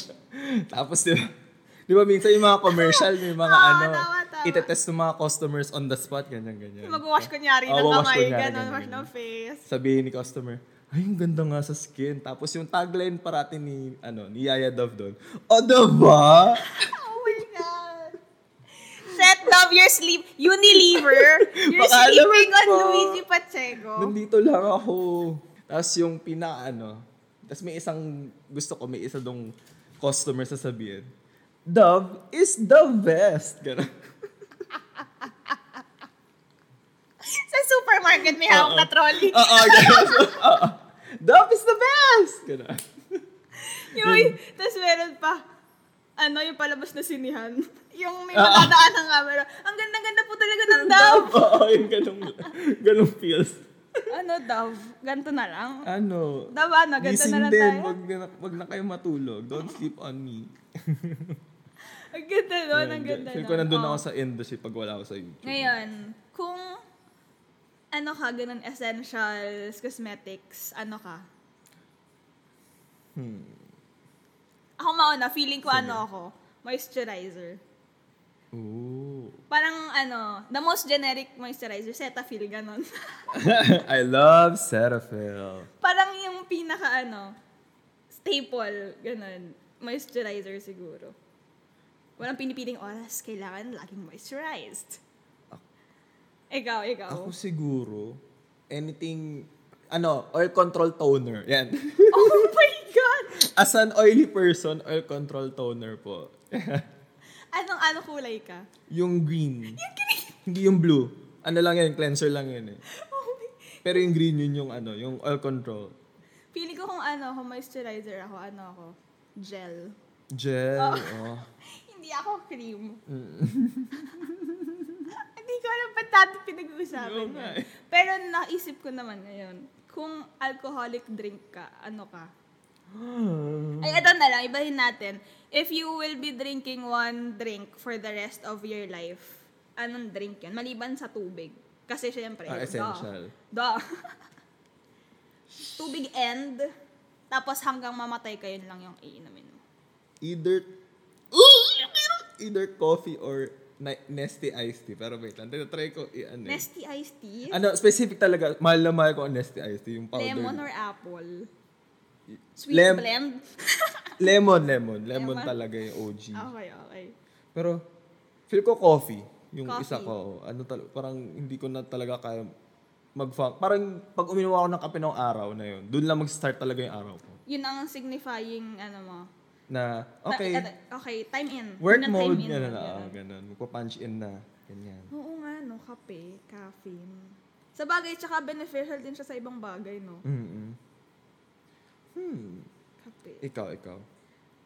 [SPEAKER 2] Tapos, di ba, di ba minsan yung mga commercial, may mga
[SPEAKER 1] Oo,
[SPEAKER 2] ano,
[SPEAKER 1] tama, tama.
[SPEAKER 2] itetest ng mga customers on the spot, ganyan, ganyan.
[SPEAKER 1] Mag-wash kunyari
[SPEAKER 2] Oo,
[SPEAKER 1] ng
[SPEAKER 2] Oh, wawash
[SPEAKER 1] kamay,
[SPEAKER 2] kunyari,
[SPEAKER 1] ganun, wash
[SPEAKER 2] ganyan.
[SPEAKER 1] ng face.
[SPEAKER 2] sabihin ni customer, ay, ang ganda nga sa skin. Tapos yung tagline parati ni, ano, ni Yaya Dove doon, O, diba?
[SPEAKER 1] Oh my God. Set love your sleep. Unilever. You're
[SPEAKER 2] Baka alam
[SPEAKER 1] sleeping on
[SPEAKER 2] mo.
[SPEAKER 1] Luigi Pacheco.
[SPEAKER 2] Nandito lang ako. Tapos yung pina, ano, tapos may isang, gusto ko, may isa dong customer sasabihin, Dove is the best. Ganun.
[SPEAKER 1] Sa supermarket may hawak na trolley.
[SPEAKER 2] Oo, Ah, ganun. Oo. Dove is the best! Ganun.
[SPEAKER 1] Yung, tapos meron pa, ano, yung palabas na sinihan. Yung may
[SPEAKER 2] Ah,
[SPEAKER 1] matadaan ng camera. Ang ganda-ganda po talaga ng Dove.
[SPEAKER 2] Oo, yung ganung, ganung feels.
[SPEAKER 1] ano Dove? Ganto na lang.
[SPEAKER 2] Ano?
[SPEAKER 1] Dove ano, ganto
[SPEAKER 2] Gising
[SPEAKER 1] na lang
[SPEAKER 2] din,
[SPEAKER 1] tayo.
[SPEAKER 2] wag na, wag na kayo matulog. Don't sleep on me.
[SPEAKER 1] Ang ganda nun, ang ganda
[SPEAKER 2] Feel ko nandun
[SPEAKER 1] Oo.
[SPEAKER 2] ako sa industry pag wala ako sa YouTube.
[SPEAKER 1] Ngayon, kung ano ka, ganun, essentials, cosmetics, ano ka?
[SPEAKER 2] Hmm.
[SPEAKER 1] Ako mauna, feeling ko ano ako, moisturizer.
[SPEAKER 2] Ooh.
[SPEAKER 1] Parang ano, the most generic moisturizer, Cetaphil, ganun.
[SPEAKER 2] I love Cetaphil.
[SPEAKER 1] Parang yung pinaka ano, staple, ganun, moisturizer siguro. Walang pinipiling oras, kailangan laging moisturized. Ikaw, ikaw.
[SPEAKER 2] Ako siguro, anything, ano, oil control toner. Yan.
[SPEAKER 1] oh my God!
[SPEAKER 2] As an oily person, oil control toner po.
[SPEAKER 1] Anong ano kulay ka?
[SPEAKER 2] yung green. Hindi yung blue. Ano lang yan, cleanser lang yan eh.
[SPEAKER 1] Oh my
[SPEAKER 2] Pero yung green yun yung ano, yung oil control.
[SPEAKER 1] Pili ko kung ano ako, moisturizer ako, ano ako, gel.
[SPEAKER 2] Gel. Oh.
[SPEAKER 1] Hindi ako cream.
[SPEAKER 2] Mm.
[SPEAKER 1] Hindi ko alam ba't dati pinag-uusapan
[SPEAKER 2] Oo nga eh.
[SPEAKER 1] yun. Pero naisip ko naman ngayon, kung alcoholic drink ka, ano ka?
[SPEAKER 2] Mm.
[SPEAKER 1] Ay, ito na lang, ibahin natin. If you will be drinking one drink for the rest of your life, anong drink yun? Maliban sa tubig. Kasi syempre,
[SPEAKER 2] Ah,
[SPEAKER 1] duh.
[SPEAKER 2] essential.
[SPEAKER 1] Duh. tubig and, tapos hanggang mamatay kayo lang yung iinumin mo.
[SPEAKER 2] Either, either coffee or na- nesty iced tea. Pero wait lang, tinatry ko i-ano. eh.
[SPEAKER 1] Nesty iced tea?
[SPEAKER 2] Ano, specific talaga. Mahal na mahal ko ang nesty iced tea, yung powder.
[SPEAKER 1] Lemon or apple? Sweet
[SPEAKER 2] Lem-
[SPEAKER 1] blend?
[SPEAKER 2] lemon, lemon. Lemon
[SPEAKER 1] Lemon. Oh.
[SPEAKER 2] talaga yung OG.
[SPEAKER 1] okay, okay.
[SPEAKER 2] Pero, feel ko coffee. Yung
[SPEAKER 1] Coffee.
[SPEAKER 2] isa ko. Ano tal- parang hindi ko na talaga kaya mag Parang pag uminom ako ng kape ng araw na yun, doon lang mag-start talaga yung araw ko.
[SPEAKER 1] Yun ang signifying, ano mo.
[SPEAKER 2] Na,
[SPEAKER 1] Ta-
[SPEAKER 2] okay,
[SPEAKER 1] eto- okay, time in.
[SPEAKER 2] work
[SPEAKER 1] Yun ang
[SPEAKER 2] mode,
[SPEAKER 1] time in,
[SPEAKER 2] ganun na,
[SPEAKER 1] yun.
[SPEAKER 2] ah, ganun. Magpa-punch in na, ganyan.
[SPEAKER 1] Oo nga, no, kape, caffeine. Sa bagay, tsaka beneficial din siya sa ibang bagay, no?
[SPEAKER 2] Mm-mm. Hmm.
[SPEAKER 1] Kape.
[SPEAKER 2] Ikaw, ikaw.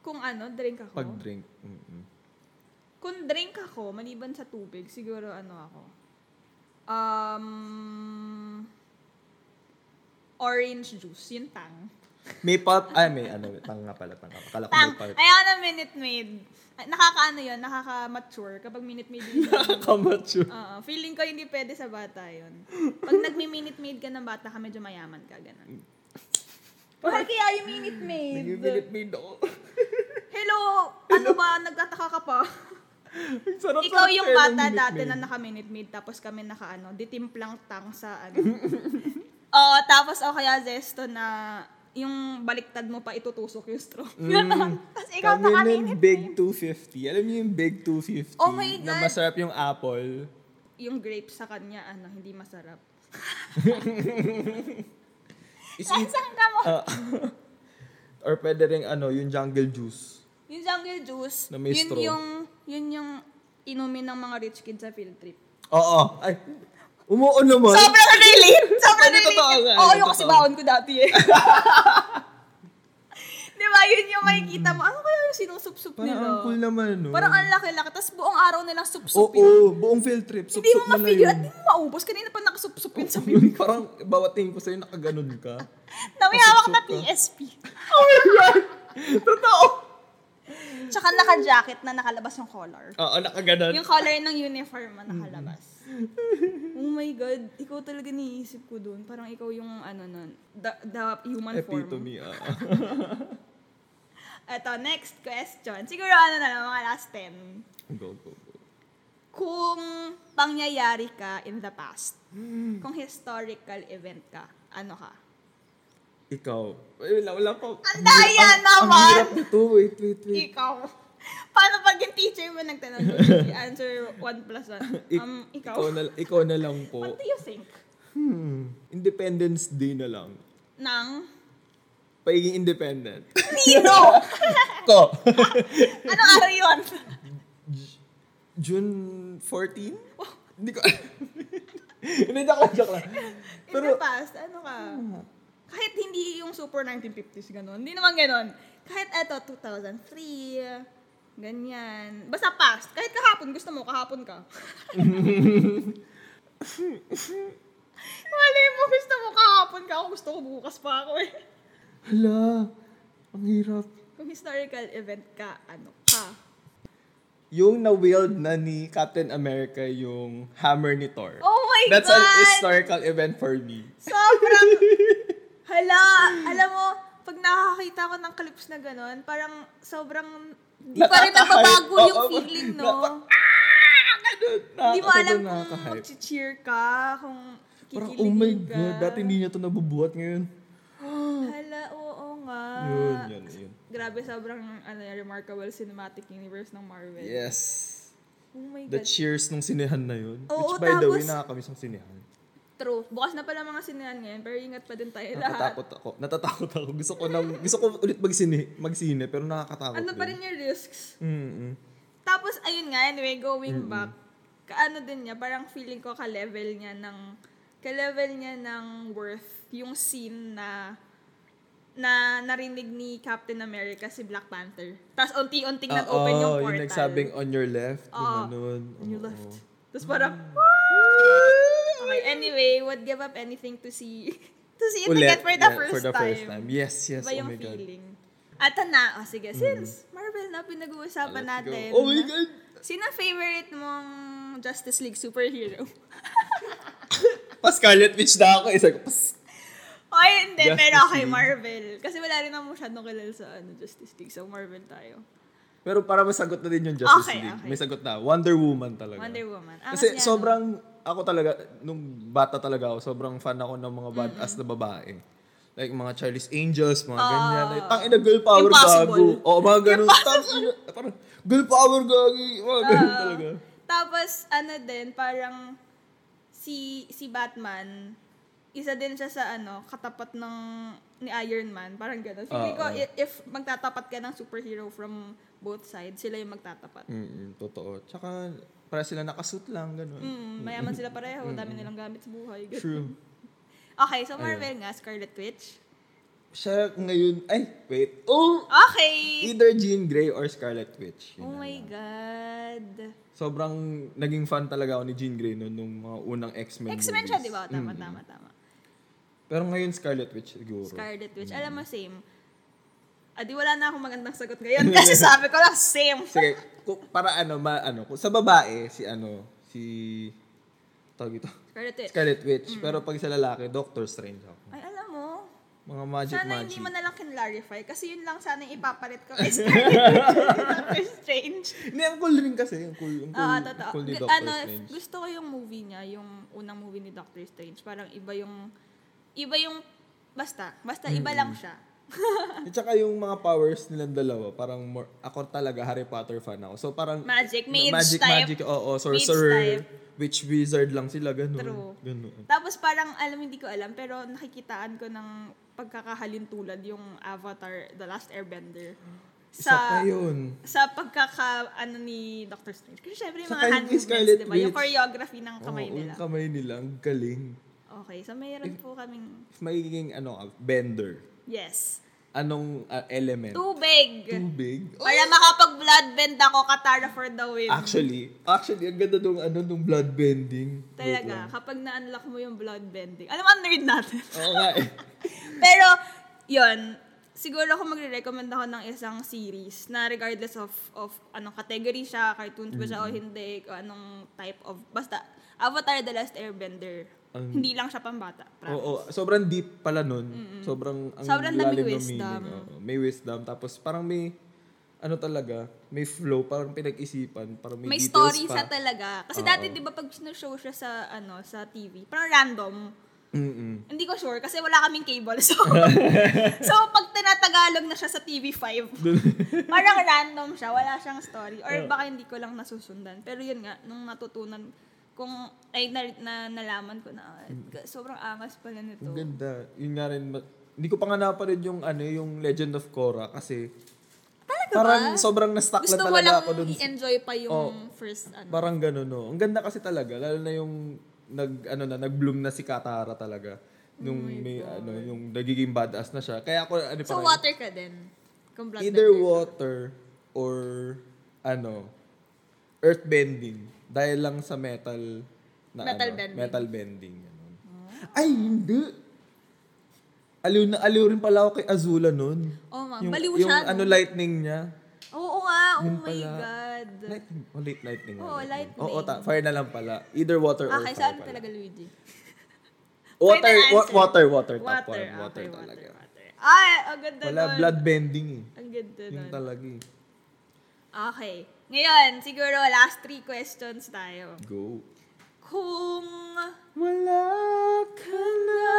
[SPEAKER 1] Kung ano, drink ako.
[SPEAKER 2] Pag-drink. Mm-mm.
[SPEAKER 1] Kung drink ako, maliban sa tubig, siguro ano ako. Um, orange juice, yun tang.
[SPEAKER 2] May pop, ay may ano, tanga pala, tanga. Akala ko
[SPEAKER 1] Tang,
[SPEAKER 2] may pop.
[SPEAKER 1] ayaw na Minute Maid. Ay, Nakakaano yun, nakaka-mature kapag Minute Maid yun.
[SPEAKER 2] Nakakamature.
[SPEAKER 1] Oo, feeling ko hindi pwede sa bata yun. Pag nagmi-minute maid ka ng bata ka, medyo mayaman ka, ganun. Bakit kaya yung minute maid?
[SPEAKER 2] Nag-minute made ako.
[SPEAKER 1] Hello! Ano ba? Nagtataka ka pa?
[SPEAKER 2] Ang sarap
[SPEAKER 1] Ikaw yung bata dati na naka-minute maid, tapos kami naka ano, ditimplang tang sa ano. Oo, tapos o kaya zesto na yung baliktad mo pa itutusok yung straw. Ganun. Tapos ikaw
[SPEAKER 2] Mm. Kami
[SPEAKER 1] naka-minute maid.
[SPEAKER 2] ng Big 250. Alam niyo yung Big 250?
[SPEAKER 1] Oh my
[SPEAKER 2] Na
[SPEAKER 1] God!
[SPEAKER 2] masarap yung apple.
[SPEAKER 1] Yung grape sa kanya, ano, hindi masarap.
[SPEAKER 2] Is it-
[SPEAKER 1] Lasang ka mo?
[SPEAKER 2] ah, or pwede rin ano, yung jungle juice.
[SPEAKER 1] Yung jungle juice,
[SPEAKER 2] Na may
[SPEAKER 1] yun
[SPEAKER 2] straw.
[SPEAKER 1] yung, yun yung inumin ng mga rich kids sa field trip.
[SPEAKER 2] Oo. Ay, umuon naman.
[SPEAKER 1] Sobrang relate! Sobrang
[SPEAKER 2] Ano,
[SPEAKER 1] relate!
[SPEAKER 2] totoo nga,
[SPEAKER 1] Oo,
[SPEAKER 2] ano,
[SPEAKER 1] yung kasi
[SPEAKER 2] totoo.
[SPEAKER 1] baon ko dati eh. Di ba? Yun yung makikita mo. Ano kaya yung sinusupsup
[SPEAKER 2] Parang
[SPEAKER 1] nila?
[SPEAKER 2] ang cool naman, no?
[SPEAKER 1] Parang ang laki-laki. Tapos buong araw nilang
[SPEAKER 2] Oo,
[SPEAKER 1] supsup
[SPEAKER 2] oh,
[SPEAKER 1] yun.
[SPEAKER 2] buong field trip. Sup-sup
[SPEAKER 1] Hindi mo
[SPEAKER 2] nila
[SPEAKER 1] ma-figure
[SPEAKER 2] yun.
[SPEAKER 1] at hindi mo maubos. Kanina pa nakasupsup yun sa bibig.
[SPEAKER 2] Yun, parang bawat tingin ko sa'yo nakaganon ka.
[SPEAKER 1] Namihawak na
[SPEAKER 2] Nasupsup ka.
[SPEAKER 1] PSP.
[SPEAKER 2] oh my God! Totoo!
[SPEAKER 1] Tsaka naka-jacket na nakalabas yung collar.
[SPEAKER 2] Oo, nakaganon.
[SPEAKER 1] Yung color ng uniform na nakalabas.
[SPEAKER 2] Mm-hmm.
[SPEAKER 1] oh my God, ikaw talaga niisip ko doon. Parang ikaw yung ano nun, the, the human form.
[SPEAKER 2] Epitome, ah.
[SPEAKER 1] Eto, next question. Siguro ano na lang, mga last 10.
[SPEAKER 2] go, go, go.
[SPEAKER 1] Kung pangyayari ka in the past,
[SPEAKER 2] Mm-hmm.
[SPEAKER 1] kung historical event ka, ano ka?
[SPEAKER 2] Ikaw. Ay, wala, wala pa.
[SPEAKER 1] Ang daya
[SPEAKER 2] Ang
[SPEAKER 1] naman!
[SPEAKER 2] hirap nito. Wait, wait, wait.
[SPEAKER 1] Ikaw. Paano pag yung teacher mo nagtanong kung answer 1 plus 1?
[SPEAKER 2] Ik-
[SPEAKER 1] Um, ikaw.
[SPEAKER 2] Ikaw na, ikaw na lang po.
[SPEAKER 1] What do you think?
[SPEAKER 2] Hmm. Independence Day na lang.
[SPEAKER 1] Nang?
[SPEAKER 2] Pagiging independent.
[SPEAKER 1] Nino!
[SPEAKER 2] Ko.
[SPEAKER 1] Anong araw yun?
[SPEAKER 2] June 14?
[SPEAKER 1] Oh.
[SPEAKER 2] Hindi ko Hindi, joke lang, joke lang.
[SPEAKER 1] In
[SPEAKER 2] Pero,
[SPEAKER 1] the past, ano ka? Kahit hindi yung super 1950s, ganun. Hindi naman ganun. Kahit eto, 2003, ganyan. Basta past. Kahit kahapon, gusto mo, kahapon ka. Malay mo, gusto mo kahapon ka. Ako gusto ko bukas pa ako eh.
[SPEAKER 2] hala, ang hirap.
[SPEAKER 1] Kung historical event ka, ano ka?
[SPEAKER 2] yung na-wield na ni Captain America yung hammer ni Thor.
[SPEAKER 1] Oh my
[SPEAKER 2] That's
[SPEAKER 1] God!
[SPEAKER 2] an historical event for me.
[SPEAKER 1] Sobrang, hala, alam mo, pag nakakakita ko ng clips na ganun, parang sobrang,
[SPEAKER 3] Hindi pa rin
[SPEAKER 2] Nakaka-hype.
[SPEAKER 3] nagbabago yung
[SPEAKER 2] Oo,
[SPEAKER 3] feeling, no?
[SPEAKER 2] napa-
[SPEAKER 1] hindi mo alam
[SPEAKER 2] Nakakasobrang
[SPEAKER 1] kung
[SPEAKER 2] nakaka-hype.
[SPEAKER 1] mag-cheer ka, kung
[SPEAKER 2] Parang,
[SPEAKER 1] kikiligin
[SPEAKER 2] oh my
[SPEAKER 1] ka.
[SPEAKER 2] God, dati hindi niya to nabubuhat ngayon.
[SPEAKER 1] Hala, oo nga.
[SPEAKER 2] Yun, yun, yun.
[SPEAKER 1] Grabe, sobrang ano, remarkable cinematic universe ng Marvel.
[SPEAKER 2] Yes.
[SPEAKER 1] Oh my
[SPEAKER 2] The
[SPEAKER 1] God.
[SPEAKER 2] cheers nung sinehan na yun.
[SPEAKER 1] Oo,
[SPEAKER 2] Which by the way,
[SPEAKER 1] tapos-
[SPEAKER 2] nakakamiss ng sinehan.
[SPEAKER 1] True. Bukas na pala mga sinehan ngayon, pero ingat pa din tayo Eh, lahat.
[SPEAKER 2] Natatakot ako. Natatakot ako. Gusto ko na, gusto ko ulit magsine, magsine pero nakakatakot
[SPEAKER 1] Ano pa
[SPEAKER 2] din.
[SPEAKER 1] rin yung risks?
[SPEAKER 2] Mm-mm.
[SPEAKER 1] Tapos, ayun nga, anyway, going back, kaano din niya, parang feeling ko ka-level niya ng, ka-level niya ng worth yung scene na, na narinig ni Captain America si Black Panther. Tapos, unti-unting nag-open
[SPEAKER 2] Oo,
[SPEAKER 1] yung portal.
[SPEAKER 2] Ah, oh, Yung nagsabing oh. on your left. Yung
[SPEAKER 1] Oo.
[SPEAKER 2] ganun.
[SPEAKER 1] on your
[SPEAKER 2] Oo.
[SPEAKER 1] left. Tapos parang,
[SPEAKER 2] Mm.
[SPEAKER 1] okay, anyway, would give up anything to see, to see it
[SPEAKER 2] Ulit,
[SPEAKER 1] again for the,
[SPEAKER 2] yeah,
[SPEAKER 1] first,
[SPEAKER 2] for the
[SPEAKER 1] time.
[SPEAKER 2] first time. Yes, yes.
[SPEAKER 1] Iba
[SPEAKER 2] oh
[SPEAKER 1] yung
[SPEAKER 2] my God.
[SPEAKER 1] feeling. At na, oh, sige, since Marvel na pinag-uusapan
[SPEAKER 2] Let's go.
[SPEAKER 1] natin.
[SPEAKER 2] Oh my God!
[SPEAKER 1] Sino ang favorite mong Justice League superhero?
[SPEAKER 2] Pa Scarlet Witch na ako. Isa ko, pas.
[SPEAKER 1] Ay, hindi,
[SPEAKER 2] Justice
[SPEAKER 1] pero okay,
[SPEAKER 2] League.
[SPEAKER 1] Marvel. Kasi wala rin ako masyadong kilala sa ano, Justice League, so Marvel tayo.
[SPEAKER 2] Pero para masagot na din yung Justice
[SPEAKER 1] Okay,
[SPEAKER 2] League.
[SPEAKER 1] okay.
[SPEAKER 2] May sagot na. Wonder Woman talaga.
[SPEAKER 1] Wonder Woman. Ah, Angas
[SPEAKER 2] Kasi
[SPEAKER 1] niya, no?
[SPEAKER 2] sobrang, ako talaga, nung bata talaga ako, sobrang fan ako ng mga badass na babae. Like mga Charlie's Angels, mga ganyan. Like, tang ina, girl power
[SPEAKER 1] Ah. Impossible. Ah.
[SPEAKER 2] gago. Oo, mga ganun. Tang ina, parang, girl power gagi. Mga ganun talaga.
[SPEAKER 1] Tapos, ano din, parang si si Batman, isa din siya sa ano, katapat ng ni Iron Man. Parang gano'n. Feeling ko,
[SPEAKER 2] Oo.
[SPEAKER 1] i- if magtatapat ka ng superhero from both sides, sila yung magtatapat.
[SPEAKER 2] Mm, totoo. Tsaka, para sila nakasuit lang, ganun.
[SPEAKER 1] Mm, mayaman sila pareho, dami nilang gamit sa buhay. ganun.
[SPEAKER 2] Mm. True.
[SPEAKER 1] Okay, so Marvel nga, Scarlet Witch.
[SPEAKER 2] Siya ngayon, ay, wait. Oh!
[SPEAKER 1] Okay!
[SPEAKER 2] Either Jean Grey or Scarlet Witch. Yun
[SPEAKER 1] Oh
[SPEAKER 2] na
[SPEAKER 1] my
[SPEAKER 2] lang.
[SPEAKER 1] God.
[SPEAKER 2] Sobrang naging fan talaga ako ni Jean Grey noon nung mga unang
[SPEAKER 1] X-Men
[SPEAKER 2] X-Men movies.
[SPEAKER 1] siya, di ba? Tama,
[SPEAKER 2] Mm.
[SPEAKER 1] tama, tama.
[SPEAKER 2] Pero ngayon Scarlet Witch siguro.
[SPEAKER 1] Scarlet Witch.
[SPEAKER 2] Mm-hmm.
[SPEAKER 1] Alam mo, same. Ah, di wala na akong magandang sagot ngayon kasi sabi ko lang, same.
[SPEAKER 2] Sige, ku- para ano, ma, ano, ku- sa babae, si ano, si, tawag ito,
[SPEAKER 1] Scarlet Witch. Mm.
[SPEAKER 2] Scarlet Witch. Pero pag sa lalaki, Doctor Strange ako.
[SPEAKER 1] Ay, alam mo,
[SPEAKER 2] Mga magic
[SPEAKER 1] sana
[SPEAKER 2] magic.
[SPEAKER 1] hindi mo na lang kinlarify kasi yun lang sana yung ipapalit ko kay Scarlet Witch and Doctor Strange.
[SPEAKER 2] Hindi, ang cool rin kasi. Ang cool, ang cool,
[SPEAKER 1] Oo,
[SPEAKER 2] ang
[SPEAKER 1] Ah, totoo.
[SPEAKER 2] cool ni
[SPEAKER 1] Gu-
[SPEAKER 2] Doctor
[SPEAKER 1] ano,
[SPEAKER 2] Strange.
[SPEAKER 1] gusto ko yung movie niya, yung unang movie ni Doctor Strange. Parang iba yung, iba yung, basta, basta iba
[SPEAKER 2] Mm-hmm.
[SPEAKER 1] lang siya.
[SPEAKER 2] At saka yung mga powers nilang dalawa, parang more, ako talaga Harry Potter fan ako. So parang
[SPEAKER 1] Magic, mage
[SPEAKER 2] magic,
[SPEAKER 1] type.
[SPEAKER 2] magic, oo, sorcerer,
[SPEAKER 1] type.
[SPEAKER 2] witch wizard lang sila, ganun.
[SPEAKER 1] True.
[SPEAKER 2] Ganun.
[SPEAKER 1] Tapos parang, alam, hindi ko alam, pero nakikitaan ko ng pagkakahalin tulad yung Avatar, The Last Airbender.
[SPEAKER 2] Isa
[SPEAKER 1] Sa,
[SPEAKER 2] pa yun.
[SPEAKER 1] sa pagkaka, ano ni Doctor Strange. Kasi syempre yung
[SPEAKER 2] Sa
[SPEAKER 1] mga
[SPEAKER 2] kahit
[SPEAKER 1] hand
[SPEAKER 2] ni
[SPEAKER 1] movements,
[SPEAKER 2] Scarlet
[SPEAKER 1] di ba? Yung
[SPEAKER 2] Witch.
[SPEAKER 1] choreography ng kamay
[SPEAKER 2] Oo,
[SPEAKER 1] nila.
[SPEAKER 2] Yung kamay nila, ang galing.
[SPEAKER 1] Okay, so mayroon po kaming,
[SPEAKER 2] If magiging ano, ka, bender,
[SPEAKER 1] yes,
[SPEAKER 2] anong ah, element?
[SPEAKER 1] tubig.
[SPEAKER 2] Tubig?
[SPEAKER 1] Para makapag-blood bend ako, Katara for the win.
[SPEAKER 2] Actually, actually, ang ganda nung, ano, nung blood bending.
[SPEAKER 1] Talaga, kapag na-unlock mo yung blood bending. Alam mo, ang nerd natin.
[SPEAKER 2] Oo nga eh.
[SPEAKER 1] Pero, yon siguro ako magre-recommend ako ng isang series na regardless of of anong category siya, cartoons ba siya o
[SPEAKER 2] Mm-hmm.
[SPEAKER 1] hindi, o anong type of, basta, Avatar The Last Airbender.
[SPEAKER 2] Ang-
[SPEAKER 1] hindi lang siya pambata.
[SPEAKER 2] Um, Oo,
[SPEAKER 1] promise.
[SPEAKER 2] sobrang deep pala nun. Sobrang ang
[SPEAKER 1] Sobrang daming
[SPEAKER 2] lalim ng
[SPEAKER 1] wisdom.
[SPEAKER 2] meaning. Oo, may wisdom. Tapos parang may, ano talaga, may flow, parang pinag-isipan. Parang
[SPEAKER 1] May
[SPEAKER 2] may, details
[SPEAKER 1] story
[SPEAKER 2] pa.
[SPEAKER 1] siya talaga. Kasi
[SPEAKER 2] Oo.
[SPEAKER 1] dati, di ba, pag sinushow siya sa, ano, sa TV, parang random.
[SPEAKER 2] Mm-mm.
[SPEAKER 1] Hindi ko sure kasi wala kaming cable. So, so pag tinatagalog na siya sa TV5, parang random siya. Wala siyang story. Or baka hindi ko lang nasusundan. Pero yun nga, nung natutunan kung ay na, na- nalaman ko na ah,
[SPEAKER 2] Mm.
[SPEAKER 1] sobrang angas pala nito.
[SPEAKER 2] Ang ganda. Yun nga rin, ma- hindi ko pa nga naparin yung, ano, yung Legend of Korra kasi
[SPEAKER 1] Talaga
[SPEAKER 2] parang
[SPEAKER 1] ba?
[SPEAKER 2] sobrang na-stuck
[SPEAKER 1] Gusto
[SPEAKER 2] lang
[SPEAKER 1] mo
[SPEAKER 2] talaga
[SPEAKER 1] lang
[SPEAKER 2] ako dun. sa- Oh.
[SPEAKER 1] i-enjoy pa yung
[SPEAKER 2] Oo.
[SPEAKER 1] first ano.
[SPEAKER 2] Parang ganun, no. Ang ganda kasi talaga, lalo na yung nag ano na nag-bloom na si Katara talaga nung may ano yung nagiging badass na siya. Kaya ako ano
[SPEAKER 1] Oh So
[SPEAKER 2] parang
[SPEAKER 1] water ka din. Kung blood
[SPEAKER 2] either
[SPEAKER 1] bender.
[SPEAKER 2] water or ano earth bending dahil lang sa metal na
[SPEAKER 1] Metal
[SPEAKER 2] ano,
[SPEAKER 1] bending. Oh.
[SPEAKER 2] metal bending ganun. Ay hindi. Aliw na aliw rin pala ako kay Azula noon.
[SPEAKER 1] Oo nga,
[SPEAKER 2] yung,
[SPEAKER 1] baliw
[SPEAKER 2] yung
[SPEAKER 1] siya, no?
[SPEAKER 2] ano lightning niya.
[SPEAKER 1] Oo nga, oh
[SPEAKER 2] Yun
[SPEAKER 1] my
[SPEAKER 2] pala.
[SPEAKER 1] God.
[SPEAKER 2] night? O late night din nga.
[SPEAKER 1] Oo, light
[SPEAKER 2] Oo,
[SPEAKER 1] night.
[SPEAKER 2] ta- fire na lang pala. Either water
[SPEAKER 1] Oh,
[SPEAKER 2] or
[SPEAKER 1] Okay,
[SPEAKER 2] fire
[SPEAKER 1] saan Ah,
[SPEAKER 2] pala.
[SPEAKER 1] ano talaga Luigi?
[SPEAKER 2] Water,
[SPEAKER 1] Final
[SPEAKER 2] wa-
[SPEAKER 1] answer.
[SPEAKER 2] water, water, top
[SPEAKER 1] Water.
[SPEAKER 2] one.
[SPEAKER 1] okay,
[SPEAKER 2] Water
[SPEAKER 1] water,
[SPEAKER 2] talaga.
[SPEAKER 1] water. Ay, ang ganda
[SPEAKER 2] Wala
[SPEAKER 1] nun.
[SPEAKER 2] blood bending eh.
[SPEAKER 1] Ang ganda
[SPEAKER 2] Yun
[SPEAKER 1] nun.
[SPEAKER 2] talaga eh.
[SPEAKER 1] Okay. Ngayon, siguro last three questions tayo.
[SPEAKER 2] Go.
[SPEAKER 1] Kung
[SPEAKER 2] Wala ka na.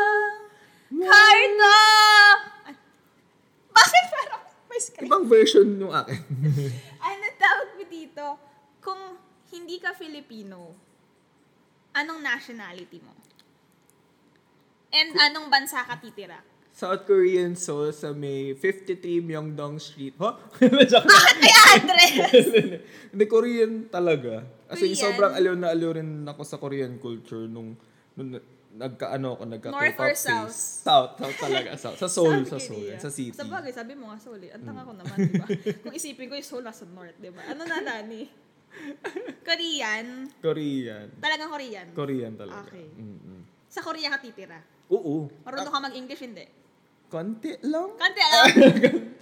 [SPEAKER 1] Carta! Ay, Bakit parang may script?
[SPEAKER 2] Ibang version nung akin.
[SPEAKER 1] Ano tawag mo dito? Kung hindi ka Filipino, anong nationality mo? And anong bansa ka titira?
[SPEAKER 2] South Korean Seoul sa may 53 Myeongdong Street. Huh?
[SPEAKER 1] Bakit kay Andres?
[SPEAKER 2] Hindi, Korean talaga. As in,
[SPEAKER 1] Korean.
[SPEAKER 2] sobrang aliw na aliw rin ako sa Korean culture nung, nung na- nagka-ano ako, nagka
[SPEAKER 1] North or
[SPEAKER 2] K-pop
[SPEAKER 1] South?
[SPEAKER 2] phase. South? South talaga. South. Sa Seoul,
[SPEAKER 1] Sabi
[SPEAKER 2] sa
[SPEAKER 1] ko,
[SPEAKER 2] Seoul.
[SPEAKER 1] Lia.
[SPEAKER 2] Sa city. Mm.
[SPEAKER 1] Sa bagay, sabi mo nga Seoul eh. Ang tanga ko naman, di ba? Kung isipin ko yung Seoul nasa North, di ba? Ano na, Dani? Korean.
[SPEAKER 2] Korean.
[SPEAKER 1] Talagang Korean.
[SPEAKER 2] Korean talaga.
[SPEAKER 1] Okay.
[SPEAKER 2] Mm-mm.
[SPEAKER 1] sa Korea ka titira.
[SPEAKER 2] Oo.
[SPEAKER 1] Marunong ka mag-English, hindi.
[SPEAKER 2] Konti lang.
[SPEAKER 1] Kante, alam.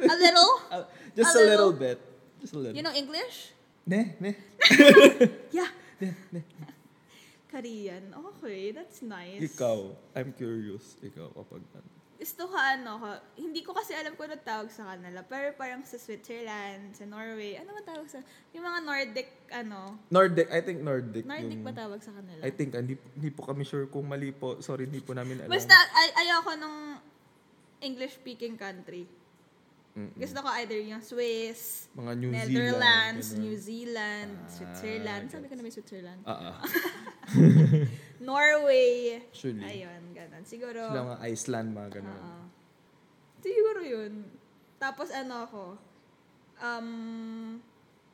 [SPEAKER 1] a little.
[SPEAKER 2] Ah,
[SPEAKER 1] A
[SPEAKER 2] just a,
[SPEAKER 1] little.
[SPEAKER 2] little, bit. Just a little.
[SPEAKER 1] You know English?
[SPEAKER 2] ne, ne.
[SPEAKER 1] Yeah. Korean. Okay, that's nice.
[SPEAKER 2] Ikaw. I'm curious. Ikaw kapag ano.
[SPEAKER 1] Gusto ka ano ka, hindi ko kasi alam kung ano tawag sa kanila, pero parang sa Switzerland, sa Norway, ano ba tawag sa, yung mga Nordic, ano,
[SPEAKER 2] Nordic. I think Nordic.
[SPEAKER 1] Nordic
[SPEAKER 2] yung-
[SPEAKER 1] ba tawag sa kanila?
[SPEAKER 2] I think, ah, hindi, hindi po kami sure kung mali po. Sorry, hindi po namin alam.
[SPEAKER 1] Basta ay- ayoko nung English-speaking country.
[SPEAKER 2] Mm-mm.
[SPEAKER 1] Gusto ko either yung Swiss,
[SPEAKER 2] mga New
[SPEAKER 1] Netherlands,
[SPEAKER 2] Zealand.
[SPEAKER 1] New Zealand,
[SPEAKER 2] Ah,
[SPEAKER 1] Switzerland.
[SPEAKER 2] gets.
[SPEAKER 1] Sabi ko na may Switzerland.
[SPEAKER 2] Ah, ah.
[SPEAKER 1] Norway.
[SPEAKER 2] Surely.
[SPEAKER 1] Ayun, Ah, ganun. Siguro.
[SPEAKER 2] Sila mga Iceland, mga ganun.
[SPEAKER 1] oo. Siguro yun. Tapos ano ako, um,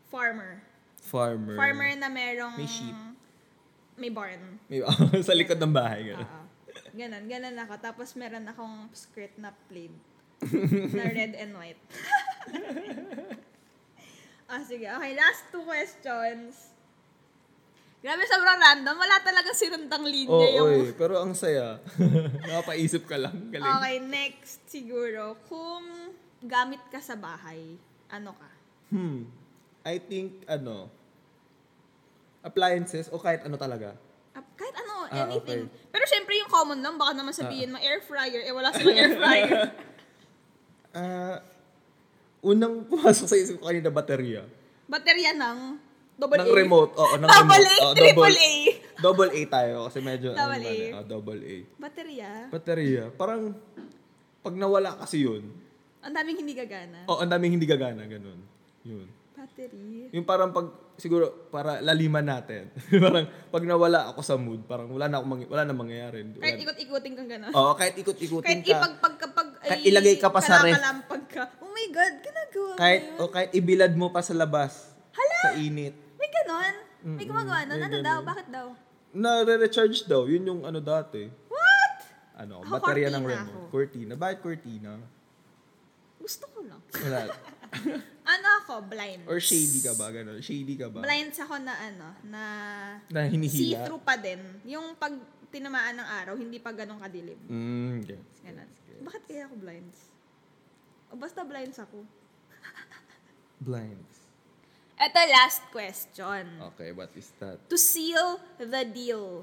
[SPEAKER 1] farmer.
[SPEAKER 2] Farmer.
[SPEAKER 1] Farmer na merong...
[SPEAKER 2] May sheep.
[SPEAKER 1] May barn.
[SPEAKER 2] May, sa likod ng bahay. Ganun.
[SPEAKER 1] Oo. Ganun, ganun ako. Tapos meron akong skirt na plaid. na red and white. ah, sige. Okay, last two questions. Grabe, sobrang random. Wala talagang sinundang linya
[SPEAKER 2] Oo,
[SPEAKER 1] ah. yung...
[SPEAKER 2] oy, pero ang saya. Nakapaisip ka lang. Galing.
[SPEAKER 1] Okay, next siguro. Kung gamit ka sa bahay, ano ka?
[SPEAKER 2] Hmm. I think, ano, appliances o kahit ano talaga.
[SPEAKER 1] Ah, Kahit ano,
[SPEAKER 2] Ah,
[SPEAKER 1] anything.
[SPEAKER 2] okay.
[SPEAKER 1] Pero syempre yung common lang, baka naman sabihin mo air fryer, eh wala silang air fryer.
[SPEAKER 2] Ah, unang pumasok sa isip ko kanina, baterya.
[SPEAKER 1] Baterya ng double
[SPEAKER 2] Ng
[SPEAKER 1] A.
[SPEAKER 2] remote. Oo, ng
[SPEAKER 1] Double A,
[SPEAKER 2] remote. Oo,
[SPEAKER 1] triple A.
[SPEAKER 2] Double A tayo kasi medyo
[SPEAKER 1] Double
[SPEAKER 2] ano naman
[SPEAKER 1] A.
[SPEAKER 2] eh, oo, double A.
[SPEAKER 1] Baterya.
[SPEAKER 2] Baterya. Parang, pag nawala kasi yun,
[SPEAKER 1] Ang daming hindi gagana.
[SPEAKER 2] oh, ang daming hindi gagana, ganun. Yun.
[SPEAKER 1] Battery.
[SPEAKER 2] Yung parang pag, siguro, para laliman natin. parang, pag nawala ako sa mood, parang wala na, akong mangy- wala na mangyayari.
[SPEAKER 1] Kahit
[SPEAKER 2] Wala-
[SPEAKER 1] ikot-ikotin kang gano'n.
[SPEAKER 2] Oo, kahit ikot-ikutin
[SPEAKER 1] Kahit
[SPEAKER 2] Oh, ka.
[SPEAKER 1] ipagpagkapag
[SPEAKER 2] Kahit ilagay ka pa sa ref.
[SPEAKER 1] kalakalampag ka. Oh my God, ginagawa mo
[SPEAKER 2] kahit,
[SPEAKER 1] yun.
[SPEAKER 2] o kahit ibilad mo pa sa labas.
[SPEAKER 1] Hala!
[SPEAKER 2] Sa init.
[SPEAKER 1] May ganon? May gumagawa nun?
[SPEAKER 2] may
[SPEAKER 1] Ano
[SPEAKER 2] ganon.
[SPEAKER 1] daw? Bakit daw?
[SPEAKER 2] Nare-recharge daw. Yun yung ano dati.
[SPEAKER 1] What?
[SPEAKER 2] Ano,
[SPEAKER 1] Ako,
[SPEAKER 2] baterya ng
[SPEAKER 1] Oh, cortina
[SPEAKER 2] remote.
[SPEAKER 1] ako.
[SPEAKER 2] Cortina. Bakit cortina?
[SPEAKER 1] Gusto ko lang.
[SPEAKER 2] Wala.
[SPEAKER 1] Ano ako? Blind.
[SPEAKER 2] Or shady ka ba? Ganun. Shady ka ba?
[SPEAKER 1] Blinds ako na ano, na
[SPEAKER 2] Na hinihila.
[SPEAKER 1] see-through pa din. Yung pag tinamaan ng araw, hindi pa ganun kadilim.
[SPEAKER 2] Mm, yes.
[SPEAKER 1] Ganun. Bakit kaya ako blinds? O basta blinds ako.
[SPEAKER 2] Blinds.
[SPEAKER 1] Ito, last question.
[SPEAKER 2] Okay, what is that?
[SPEAKER 1] To seal the deal.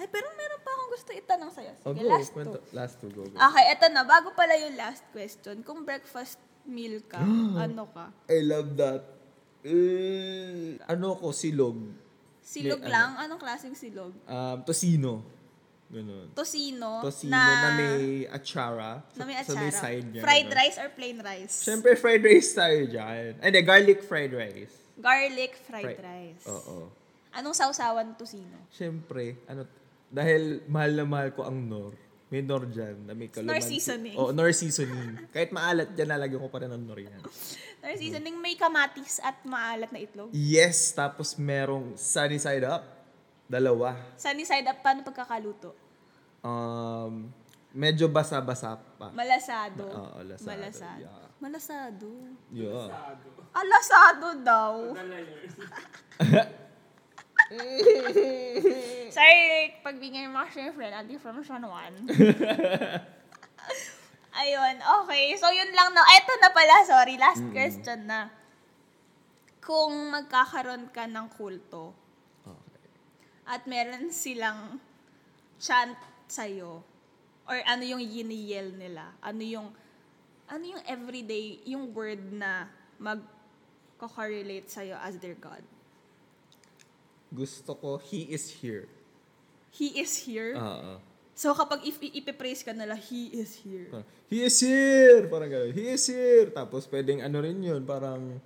[SPEAKER 1] Ay, pero meron pa akong gusto itanong sa'yo.
[SPEAKER 2] Oh,
[SPEAKER 1] Sige,
[SPEAKER 2] go.
[SPEAKER 1] last Ah.
[SPEAKER 2] Kwento.
[SPEAKER 1] to.
[SPEAKER 2] Last two, go. go.
[SPEAKER 1] Okay, eto na. Bago pala yung last question. Kung breakfast meal ka, ano ka?
[SPEAKER 2] I love that. Eh, ano ko, silog.
[SPEAKER 1] Silog
[SPEAKER 2] May ano.
[SPEAKER 1] lang? Anong klaseng silog?
[SPEAKER 2] Um, tosino. Ganun.
[SPEAKER 1] Tosino,
[SPEAKER 2] Tosino
[SPEAKER 1] Oh, na,
[SPEAKER 2] na, may achara.
[SPEAKER 1] na may
[SPEAKER 2] Sa may
[SPEAKER 1] atsara.
[SPEAKER 2] side ano? niya.
[SPEAKER 1] Fried
[SPEAKER 2] ganun.
[SPEAKER 1] rice or plain rice?
[SPEAKER 2] Siyempre, fried rice tayo dyan. Ay, di, garlic fried rice.
[SPEAKER 1] Garlic fried,
[SPEAKER 2] Fried- Oh.
[SPEAKER 1] rice.
[SPEAKER 2] Oo.
[SPEAKER 1] Anong sausawan tosino?
[SPEAKER 2] Siyempre, ano, dahil mahal na mahal ko ang nor. May nor dyan na may kalamansi.
[SPEAKER 1] seasoning.
[SPEAKER 2] Oo, nor seasoning. Kahit maalat dyan, lalagyan ko pa rin ang nor yan.
[SPEAKER 1] There's seasoning may kamatis at maalat na itlog.
[SPEAKER 2] Yes, tapos merong sunny side up. Dalawa.
[SPEAKER 1] Sunny side up, paano pagkakaluto?
[SPEAKER 2] Um, medyo basa-basa pa.
[SPEAKER 1] Malasado.
[SPEAKER 2] Ma- oo, lasado,
[SPEAKER 1] Malasado.
[SPEAKER 2] Ah, oh, yeah.
[SPEAKER 1] Malasado.
[SPEAKER 2] Yeah.
[SPEAKER 1] Alasado daw. Sorry, pagbigay mo kasi yung friend, I'll be from San Juan. Mm. Ayun, okay. So, yun lang na. Eto na pala, sorry. Last question na. kung magkakaroon ka ng kulto
[SPEAKER 2] Okay.
[SPEAKER 1] at meron silang chant sa'yo or ano yung yiniyel nila, ano yung ano yung everyday, yung word na mag correlate sa'yo as their God.
[SPEAKER 2] Gusto ko, he is here.
[SPEAKER 1] He is here.
[SPEAKER 2] Ah, ah.
[SPEAKER 1] So kapag if ipipraise ka nila, He is here.
[SPEAKER 2] Parang, He is here! Parang gano'n. He is here! Tapos pwedeng ano rin yun, parang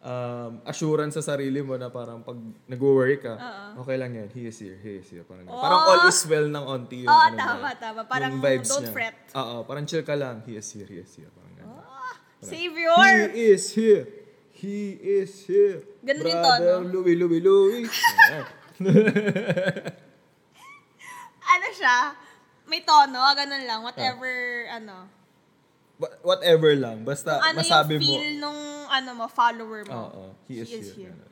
[SPEAKER 2] um, assurance sa sarili mo na parang pag nag-worry ka, okay lang yan, he is here, he is here. Parang, ganun. parang all is well ng onti yung
[SPEAKER 1] Oh! Oo,
[SPEAKER 2] ano
[SPEAKER 1] tama,
[SPEAKER 2] niya,
[SPEAKER 1] tama. Parang
[SPEAKER 2] yung vibes
[SPEAKER 1] don't
[SPEAKER 2] niya.
[SPEAKER 1] fret.
[SPEAKER 2] Oo, parang chill ka lang. He is here, he is here. Parang ganun.
[SPEAKER 1] Ah,
[SPEAKER 2] He
[SPEAKER 1] Savior!
[SPEAKER 2] is here! He is here!
[SPEAKER 1] Ganun rin to,
[SPEAKER 2] Brother
[SPEAKER 1] ano?
[SPEAKER 2] Louie, Louie, Louie! Ayan.
[SPEAKER 1] Ano siya? May tono, ganun lang. Whatever,
[SPEAKER 2] Ah.
[SPEAKER 1] ano.
[SPEAKER 2] Wha- Whatever lang. Basta
[SPEAKER 1] Ano
[SPEAKER 2] Ah, masabi
[SPEAKER 1] yung
[SPEAKER 2] mo. Ah,
[SPEAKER 1] feel nung ano mo, follower mo.
[SPEAKER 2] Oo, he is here. Ganun.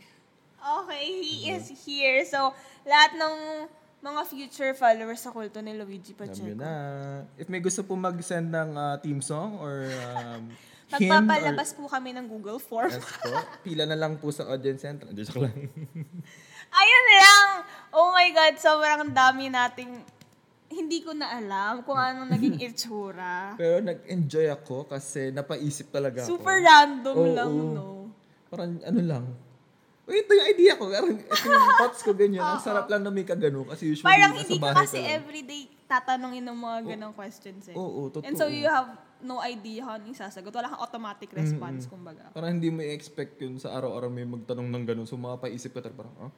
[SPEAKER 1] Okay, he
[SPEAKER 2] Mhm.
[SPEAKER 1] is here. So, lahat ng mga future followers sa kulto ni Luigi
[SPEAKER 2] Alam nyo
[SPEAKER 1] Pacheco.
[SPEAKER 2] na. If may gusto po mag-send ng ah, theme song or um, hymn or
[SPEAKER 1] Magpapalabas po kami ng Google Form.
[SPEAKER 2] yes po, pila na lang po sa audience center. Hindi, joke lang.
[SPEAKER 1] Ayun lang! Oh my God, sobrang dami nating... Hindi ko na alam kung anong naging itsura.
[SPEAKER 2] Pero nag-enjoy ako kasi napaisip talaga ako.
[SPEAKER 1] Super random
[SPEAKER 2] Oo.
[SPEAKER 1] lang, no?
[SPEAKER 2] Parang ano lang. Uy, ito yung idea ko. Parang ito yung thoughts ko ganyan. Ang sarap lang na may kagano kasi usually
[SPEAKER 1] Parang
[SPEAKER 2] nasa
[SPEAKER 1] hindi ka
[SPEAKER 2] bahay
[SPEAKER 1] kasi
[SPEAKER 2] lang.
[SPEAKER 1] everyday tatanungin ng mga ganong questions eh.
[SPEAKER 2] Oo, totoo.
[SPEAKER 1] And so you have no idea how ni sasagot. Wala kang automatic response, kumbaga.
[SPEAKER 2] Parang hindi mo i-expect yun sa araw-araw may magtanong ng ganun. So mapaisip ka talaga parang, ah,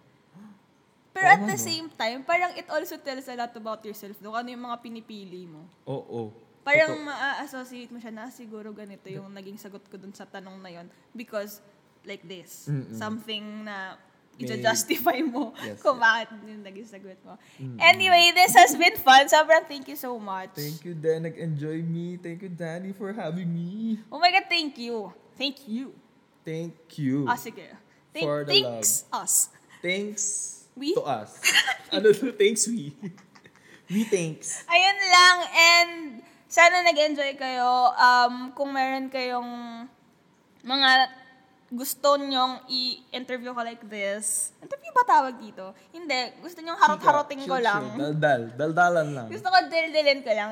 [SPEAKER 1] Pero at the same time, parang it also tells a lot about yourself. No? Ano yung mga pinipili mo.
[SPEAKER 2] oo.
[SPEAKER 1] Parang ma-associate mo siya na "Ah, siguro ganito yung naging sagot ko dun sa tanong na yon because like this. Something na
[SPEAKER 2] May-
[SPEAKER 1] i-justify mo
[SPEAKER 2] Yes,
[SPEAKER 1] kung bakit yung naging sagot mo. Anyway, this has been fun. Sobrang thank you so much.
[SPEAKER 2] Thank you, Dan. Nag-enjoy me. Thank you, Danny, for having me.
[SPEAKER 1] Oh my God, thank you. Thank you.
[SPEAKER 2] Thank you.
[SPEAKER 1] Ah, sige. Thank,
[SPEAKER 2] For the
[SPEAKER 1] thanks us.
[SPEAKER 2] Thanks
[SPEAKER 1] We?
[SPEAKER 2] to us. ano to? Thanks we. we thanks.
[SPEAKER 1] Ayun lang. And sana nag-enjoy kayo. Um, kung meron kayong mga gusto nyong i-interview ko like this. Interview ba tawag dito? Hindi. Gusto nyong harot-haroting ko
[SPEAKER 2] Chill,
[SPEAKER 1] lang.
[SPEAKER 2] chill. Daldal. Daldalan lang.
[SPEAKER 1] Gusto ko dildilin ko lang.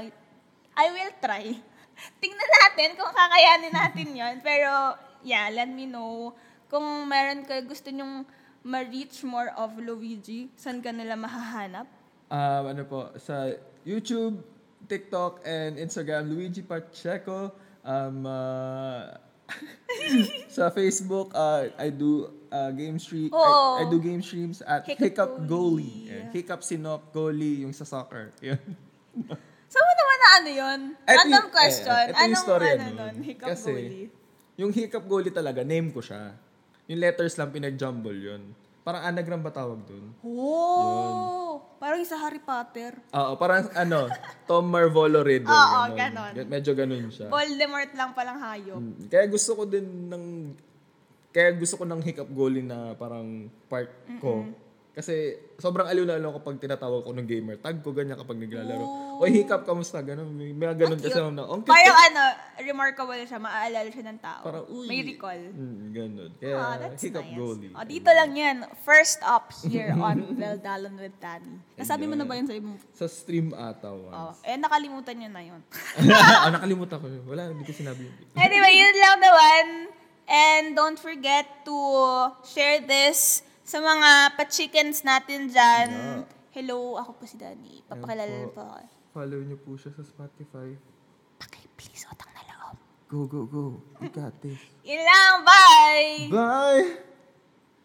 [SPEAKER 1] I will try. Tingnan natin kung kakayanin natin yon Pero, yeah, let me know. Kung meron kayo gusto nyong ma-reach more of Luigi, saan ka nila mahahanap?
[SPEAKER 2] Um, ano po, sa YouTube, TikTok, and Instagram, Luigi Pacheco. Um, uh, sa Facebook, uh, I do uh, game stream.
[SPEAKER 1] Oo.
[SPEAKER 2] I, I do game streams at
[SPEAKER 1] Hiccup
[SPEAKER 2] Hiccup
[SPEAKER 1] Goalie.
[SPEAKER 2] Goalie. Yeah. Hiccup Sinop Goalie, yung sa soccer. Yun.
[SPEAKER 1] Saan mo naman na ano yun?
[SPEAKER 2] Ito
[SPEAKER 1] Random
[SPEAKER 2] yung-
[SPEAKER 1] question.
[SPEAKER 2] eh, ito yung
[SPEAKER 1] Anong
[SPEAKER 2] story,
[SPEAKER 1] ano
[SPEAKER 2] ano,
[SPEAKER 1] nun? Hiccup
[SPEAKER 2] kasi-
[SPEAKER 1] goalie.
[SPEAKER 2] Yung hiccup goalie talaga, name ko siya. Yung letters lang pinag-jumble yun. Parang anagram ba tawag dun?
[SPEAKER 1] Oh! Parang isa Harry Potter.
[SPEAKER 2] Oo, parang ano, Tom Marvolo Riddle.
[SPEAKER 1] Oo, ganon.
[SPEAKER 2] Gan- Medyo ganun siya.
[SPEAKER 1] Voldemort lang palang hayop.
[SPEAKER 2] Mm, Kaya gusto ko din ng... Kaya gusto ko ng hiccup goalie na parang part ko. Kasi sobrang aliw na aliw ako pag tinatawag ko ng gamer. Tag ko ganyan kapag naglalaro. Oy, hiccup, kamusta? Ganun. May, may ganun kasi ako na, "Oh, "Ang cute
[SPEAKER 1] Parang ano, remarkable siya. Maaalala siya ng tao.
[SPEAKER 2] Parang, uy.
[SPEAKER 1] May recall.
[SPEAKER 2] Mm, ganun. Kaya,
[SPEAKER 1] Ah, that's
[SPEAKER 2] hiccup
[SPEAKER 1] nice.
[SPEAKER 2] goalie.
[SPEAKER 1] Oh, dito lang yan. First up here on Daldalan with Danny. Nasabi mo na ba yun sa ibang...
[SPEAKER 2] Sa stream ata once.
[SPEAKER 1] Oh, eh, nakalimutan nyo na yun.
[SPEAKER 2] ah, nakalimutan ko. yun. Wala, hindi ko sinabi yun.
[SPEAKER 1] anyway, yun lang naman. And don't forget to share this sa mga pa-chickens natin dyan. Hello, ako po si Danny. Papakilala
[SPEAKER 2] Ayan
[SPEAKER 1] po.
[SPEAKER 2] po.
[SPEAKER 1] ako.
[SPEAKER 2] Follow niyo po siya sa Spotify.
[SPEAKER 1] Paki, please, utang na loob.
[SPEAKER 2] Go, go, go. We got this.
[SPEAKER 1] Yun lang, bye!